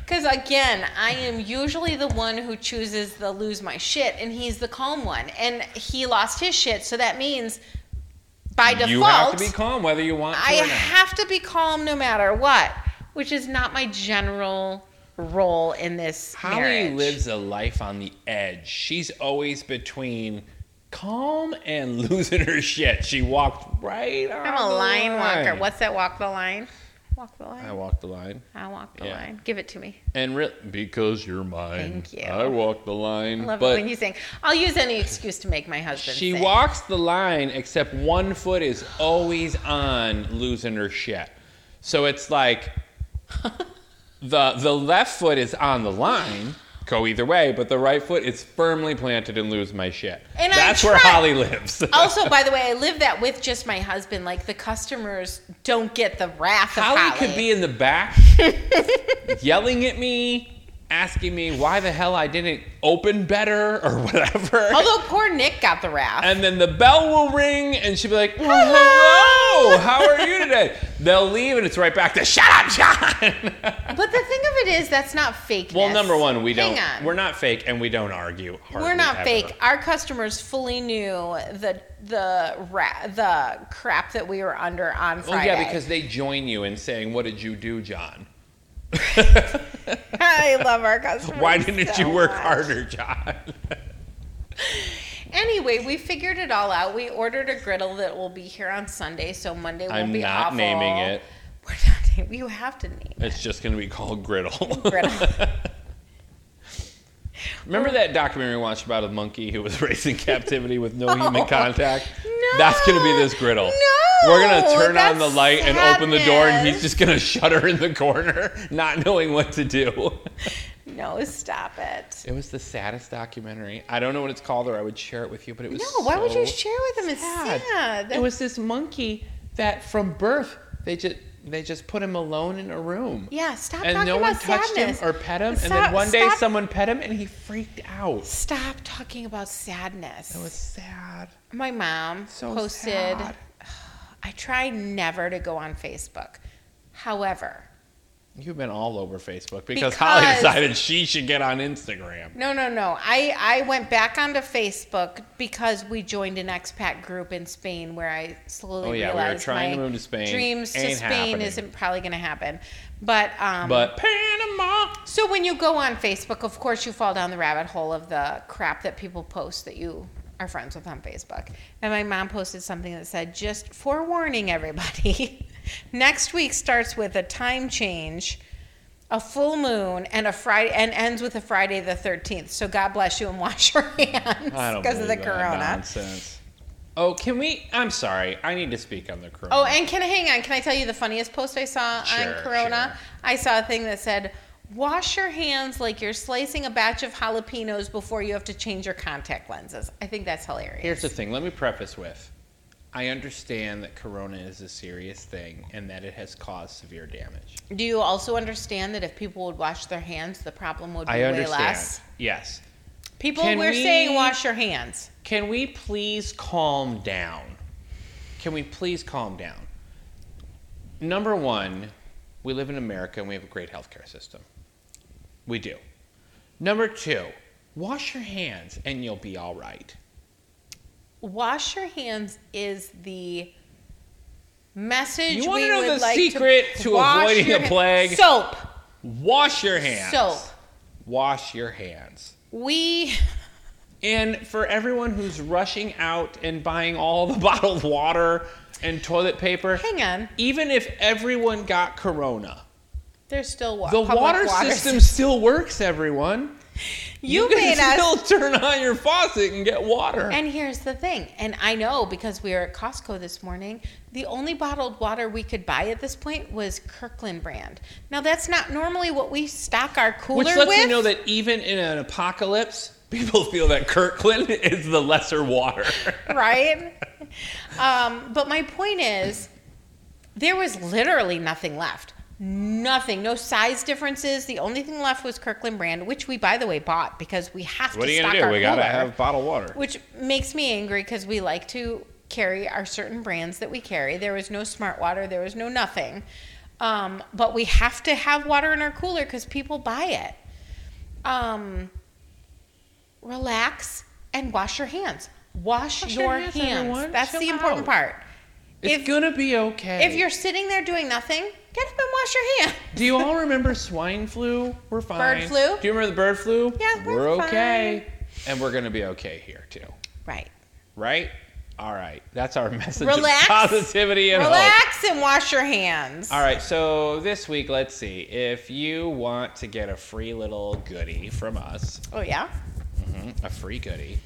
S2: Because again, I am usually the one who chooses the lose my shit, and he's the calm one. And he lost his shit, so that means by default,
S1: you have to be calm whether you want to
S2: I
S1: or not.
S2: have to be calm no matter what, which is not my general role in this
S1: Holly
S2: marriage.
S1: lives a life on the edge. She's always between calm and losing her shit. She walked right on.
S2: I'm a
S1: the
S2: line walker.
S1: line.
S2: What's that? Walk the line. Walk the line.
S1: I walked the line,
S2: I walk the
S1: yeah.
S2: line. Give it to me.
S1: and re-
S3: Because you're mine.
S2: Thank you.
S3: I walk the line.
S2: I love it
S1: But-
S2: when you sing. I'll use any excuse to make my husband.
S1: She
S2: sing.
S1: walks the line, except one foot is always on losing her shit. So it's like the the left foot is on the line go either way, but the right foot is firmly planted and lose my shit.
S2: And I
S1: That's where
S2: try- Oh,
S1: Holly lives.
S2: also, by the way, I live that with just my husband. Like the customers don't get the wrath of
S1: Holly,
S2: Holly.
S1: could be in the back yelling at me, asking me why the hell I didn't open better or whatever.
S2: Although poor Nick got the wrath.
S1: and then the bell will ring and she'll be like, "Well, hello, how are you today? They'll leave and it's right back to shut up, John.
S2: but the thing of it is, that's not fake.
S1: well, number one, we
S2: Hang
S1: don't
S2: on.
S1: we're not fake and we don't argue.
S2: We're
S1: hardly
S2: not
S1: ever.
S2: fake. Our customers fully knew the the ra- the crap that we were under on
S1: Well,
S2: Friday.
S1: yeah, because they join you in saying, "What did you do, John?
S2: I love our customers.
S1: Why didn't
S2: so
S1: you work
S2: much.
S1: harder, John?"
S2: Anyway, we figured it all out. We ordered a griddle that will be here on Sunday, so Monday will
S1: I'm
S2: be
S1: not
S2: awful.
S1: naming it.
S2: We're not naming. You have to name it.
S1: It's just going to be called Griddle.
S2: Griddle.
S1: Remember that documentary we watched about a monkey who was raised in captivity with no human contact?
S2: Oh, No.
S1: That's going to be this griddle.
S2: No,
S1: We're going to turn on the
S2: Oh, that's
S1: light and open the door, and he's
S2: sadness.
S1: just going to shudder in the corner, not knowing what to do.
S2: No, stop it.
S1: It was the saddest documentary. I don't know what it's called, or I would share it with you, but it was
S2: No, why would you
S1: so
S2: share with him? It's sad.
S1: It was this monkey that from birth, they just, they just put him alone in a room.
S2: yeah, stop
S1: And
S2: talking
S1: no one
S2: about
S1: touched
S2: sadness.
S1: him or pet him.
S2: Stop,
S1: and then one day
S2: stop-
S1: someone pet him and he freaked out.
S2: Stop talking about sadness.
S1: It was sad.
S2: My mom
S1: So
S2: posted.
S1: sad.
S2: I try never to go on Facebook. However,
S1: You've been all over Facebook because,
S2: Because-
S1: Holly decided she should get on Instagram.
S2: no, no, no. I, I went back onto Facebook because we joined an expat group in Spain where I slowly
S1: Oh, yeah, we were
S2: realized
S1: trying to
S2: my
S1: move to Spain.
S2: Dreams to
S1: Ain't
S2: Spain
S1: happening.
S2: isn't probably going to happen. But um,
S1: But Panama.
S2: So when you go on Facebook, of course, you fall down the rabbit hole of the crap that people post that you are friends with on Facebook. And my mom posted something that said, "Just forewarning everybody, next week starts with a time change, a full moon, and a Friday, and ends with a Friday the 13th. So God bless you and wash your hands
S1: I don't
S2: because of the
S1: believe that
S2: corona."
S1: nonsense. Oh, can we? I'm sorry. I need to speak on the corona.
S2: Oh, and can I hang on? Can I tell you the funniest post I saw
S1: Sure,
S2: on Corona?
S1: sure.
S2: I saw a thing that said, "Wash your hands like you're slicing a batch of jalapenos before you have to change your contact lenses." I think that's hilarious.
S1: Here's the thing. Let me preface with I understand that corona is a serious thing and that it has caused severe damage.
S2: Do you also understand that if people would wash their hands, the problem would be
S1: I
S2: way
S1: understand.
S2: less?
S1: Yes.
S2: People
S1: Can
S2: were
S1: we-
S2: saying, "Wash your hands."
S1: Can we please calm down? Can we please calm down? Number one, we live in America and we have a great healthcare system. We do. Number two, wash your hands and you'll be all right.
S2: Wash your hands is the message.
S1: You wanna
S2: we
S1: know
S2: would
S1: the
S2: like
S1: secret
S2: to,
S1: to
S2: wash
S1: avoiding
S2: your
S1: a
S2: ha-
S1: plague?
S2: Soap.
S1: Wash your hands.
S2: Soap.
S1: Wash your hands.
S2: We.
S1: And for everyone who's rushing out and buying all the bottled water and toilet paper,
S2: Hang on.
S1: even if everyone got corona,
S2: There's still wa-
S1: The
S2: public
S1: water, system still works, everyone.
S2: You,
S1: can
S2: made us.
S1: still turn on your faucet and get water.
S2: And here's the thing, and I know because we were at Costco this morning, the only bottled water we could buy at this point was Kirkland brand. Now that's not normally what we stock our cooler
S1: Which lets
S2: with.
S1: you know that even in an apocalypse, people feel that Kirkland is the lesser water.
S2: right? um, but my point is, there was literally nothing left. Nothing, no size differences. The only thing left was Kirkland brand, which we, by the way, bought because we have to stock our cooler.
S1: bottled water.
S2: Which makes me angry because we like to carry our certain brands that we carry. There was no smart water, there was no nothing. Um, but we have to have water in our cooler because people buy it. Um, relax and wash your hands. Wash,
S1: Wash
S2: your,
S1: your hands,
S2: hands.
S1: everyone.
S2: That's
S1: Chill
S2: the important
S1: out.
S2: part.
S1: It's
S2: if-
S1: gonna be okay.
S2: If you're sitting there doing nothing, get up and wash your hands.
S1: Do you all remember swine flu? We're fine.
S2: flu?
S1: Do you remember the bird flu?
S2: Yeah, we're
S1: okay. And we're gonna be okay here too.
S2: Right.
S1: Right? All right. That's our message
S2: Relax.
S1: of positivity and hope.
S2: Relax and wash your hands.
S1: All right, so this week, let's see. If you want to get a free little goodie from us, mm,
S2: Oh, yeah?
S1: a free goodie,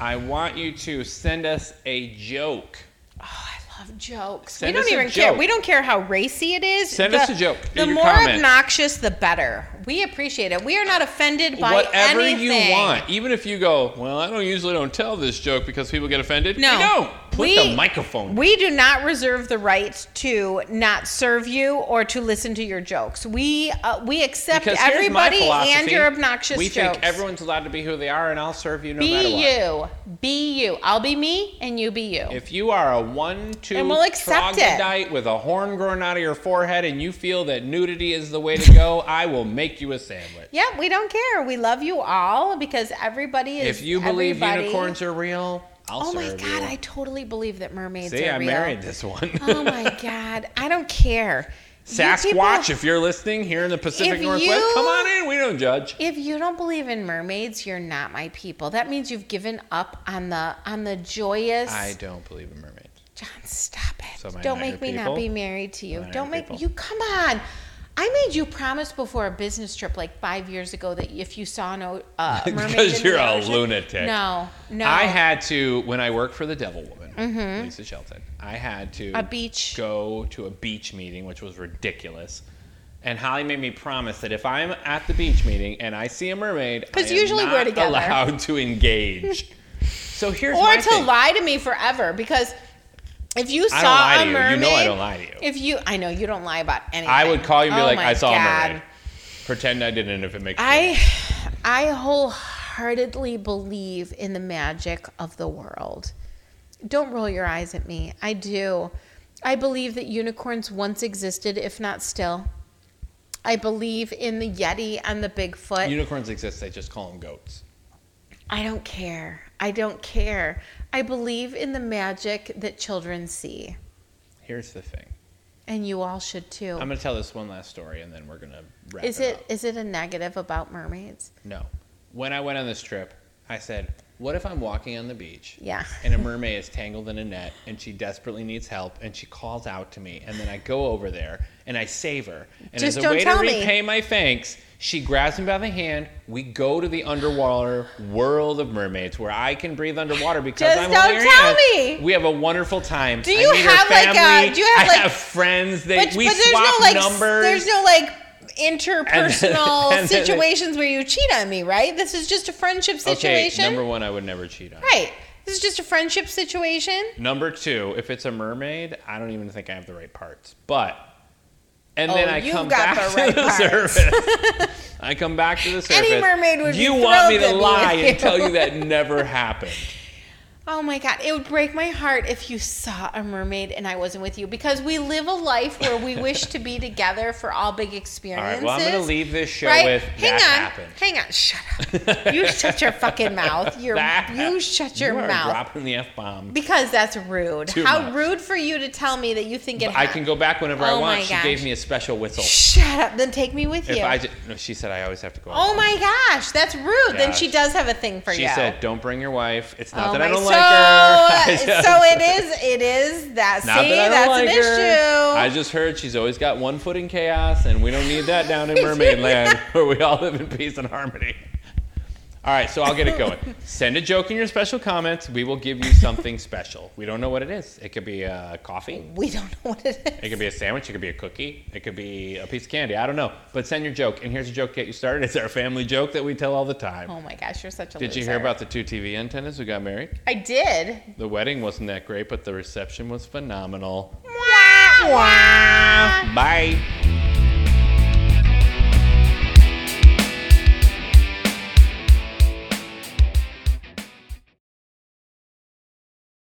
S1: I want you to send us a joke.
S2: Oh, I love jokes.
S1: Send
S2: we
S1: us
S2: don't
S1: a
S2: even care.
S1: joke.
S2: We don't care how racy it is.
S1: Send
S2: The-
S1: us a joke in
S2: The
S1: your
S2: more
S1: comments.
S2: obnoxious, the better. We appreciate it. We are not offended by
S1: Whatever
S2: anything.
S1: you want, even if you go, well, I don't usually don't tell this joke because people get offended.
S2: No.
S1: we don't. Put
S2: We-
S1: the microphone.
S2: We do not reserve the right to not serve you or to listen to your jokes. We uh, we accept
S1: because here's my
S2: everybody and
S1: philosophy.
S2: your obnoxious
S1: We
S2: jokes.
S1: think everyone's allowed to be who they are, and I'll serve you no matter
S2: be
S1: what.
S2: you. Be you. I'll be me and you be you.
S1: If you are a one-two
S2: And we'll accept it.
S1: troglodyte with a horn growing out of your forehead, and you feel that nudity is the way to go, I will make you a sandwich.
S2: yeah, we don't care. We love you all because everybody is
S1: If you believe
S2: everybody.
S1: unicorns are real, I'll
S2: Oh my
S1: serve
S2: god,
S1: you.
S2: I totally believe that mermaids
S1: See,
S2: are
S1: I
S2: real.
S1: married this one.
S2: oh my god, I don't care. You
S1: Sasquatch,
S2: people-
S1: if you're listening here in the Pacific
S2: If
S1: Northwest,
S2: you-
S1: come on in. We don't judge.
S2: If you don't believe in mermaids, you're not my people. That means you've given up on the on the joyous.
S1: I don't believe in mermaids.
S2: John, stop it!
S1: So am I
S2: don't
S1: not your
S2: make me
S1: people?
S2: not be married to you.
S1: Am I not
S2: Don't
S1: your
S2: make
S1: people?
S2: you come on. I made you promise before a business trip like five years ago that if you saw no uh, mermaid,
S1: Because
S2: in the
S1: you're a
S2: ocean-
S1: lunatic.
S2: No, no. Mm-hmm.
S1: I had to when I worked for the Devil Woman, Lisa Shelton. I had to
S2: A beach.
S1: go to a beach meeting, which was ridiculous. And Holly made me promise that if I'm at the beach meeting and I see a mermaid, I
S2: 'Cause
S1: am
S2: usually
S1: not
S2: we're together.
S1: allowed to engage. so here's
S2: or
S1: my
S2: to
S1: thing.
S2: lie to me forever because. If you saw
S1: I don't lie to you. You
S2: a
S1: know I
S2: mermaid,
S1: don't lie to you.
S2: If you, I know you don't lie about anything.
S1: I would call you and be
S2: Oh
S1: like,
S2: my
S1: I saw
S2: God.
S1: a mermaid. Pretend I didn't if it makes you.
S2: I I wholeheartedly believe in the magic of the world. Don't roll your eyes at me. I do. I believe that unicorns once existed, if not still. I believe in the Yeti and the Bigfoot.
S1: Unicorns exist. They just call them goats.
S2: I don't care. I don't care. I believe in the magic that children see,
S1: Here's the thing.
S2: and you all should too.
S1: I'm gonna tell this one last story, and then we're gonna wrap
S2: is
S1: it
S2: it
S1: up.
S2: is it a negative about mermaids?
S1: No. When I went on this trip, I said, What if I'm walking on the beach?
S2: Yeah.
S1: And a mermaid is tangled in a net and she desperately needs help and she calls out to me. And then I go over there and I save her. And
S2: Just
S1: as a
S2: don't
S1: way
S2: tell
S1: to
S2: me.
S1: repay my thanks, she grabs me by the hand. We go to the underwater world of mermaids where I can breathe underwater because
S2: Just
S1: I'm
S2: don't
S1: only her
S2: tell
S1: hand.
S2: me.
S1: We have a wonderful time.
S2: Do
S1: I
S2: you
S1: meet her
S2: have, like, a-
S1: family.
S2: do you have,
S1: I
S2: like-
S1: have friends? They
S2: But,
S1: we
S2: but there's
S1: swap
S2: no like s-
S1: numbers.
S2: there's no like interpersonal
S1: and then-
S2: situations where you cheat on me, right? This is just a friendship situation.
S1: Okay, number one, I would never cheat on.
S2: right. This is just a friendship situation.
S1: Number two, if it's a mermaid, I don't even think I have the right parts. But and
S2: Oh,
S1: then I
S2: you've
S1: come
S2: got
S1: back
S2: the right
S1: to the
S2: parts.
S1: surface. I come back to the surface.
S2: mermaid would be
S1: You want me
S2: thrilled
S1: to
S2: to be
S1: lie
S2: with
S1: and
S2: you.
S1: tell you that never happened?
S2: Oh my god, it would break my heart if you saw a mermaid and I wasn't with you because we live a life where we wish to be together for all big
S1: All right.
S2: experiences.
S1: Well, I'm going to leave this show
S2: right?
S1: with
S2: hang
S1: that
S2: on,
S1: happened.
S2: hang on, shut up. You shut your fucking mouth. You're,
S1: That
S2: you shut your
S1: you are
S2: mouth
S1: dropping the f bomb.
S2: because that's rude.
S1: Too
S2: How
S1: much.
S2: rude for you to tell me that you think it.
S1: I
S2: hap-
S1: can go back whenever I
S2: Oh my
S1: want. She
S2: gosh.
S1: gave me a special whistle.
S2: Shut up. Then take me with
S1: If
S2: you.
S1: I ju- no, she said I always have to go.
S2: oh my gosh, that's rude. Then
S1: Gosh.
S2: she does have a thing for
S1: She
S2: you.
S1: said, "Don't bring your wife." It's not
S2: oh
S1: that
S2: my,
S1: I don't
S2: so,
S1: like her. I just-
S2: so it is. It is that.
S1: Not
S2: see,
S1: that I don't
S2: that's
S1: like
S2: an
S1: her.
S2: issue.
S1: I just heard she's always got one foot in chaos, and we don't need that down in Mermaid Land where we all live in peace and harmony. All right, so I'll get it going. Send a joke in your special comments. We will give you something special. We don't know what it is. It could be a coffee.
S2: we don't know what it
S1: It
S2: is.
S1: could be a sandwich. It could be a cookie. It could be a piece of candy. I don't know. But send your joke. And here's a joke to get you started. It's our family joke that we tell all the time.
S2: Oh my gosh, you're such a.
S1: Did you hear
S2: loser.
S1: about the two TV antennas who got married?
S2: I did.
S1: The wedding wasn't that great, but the reception was phenomenal.
S2: Wah, wah.
S1: Bye.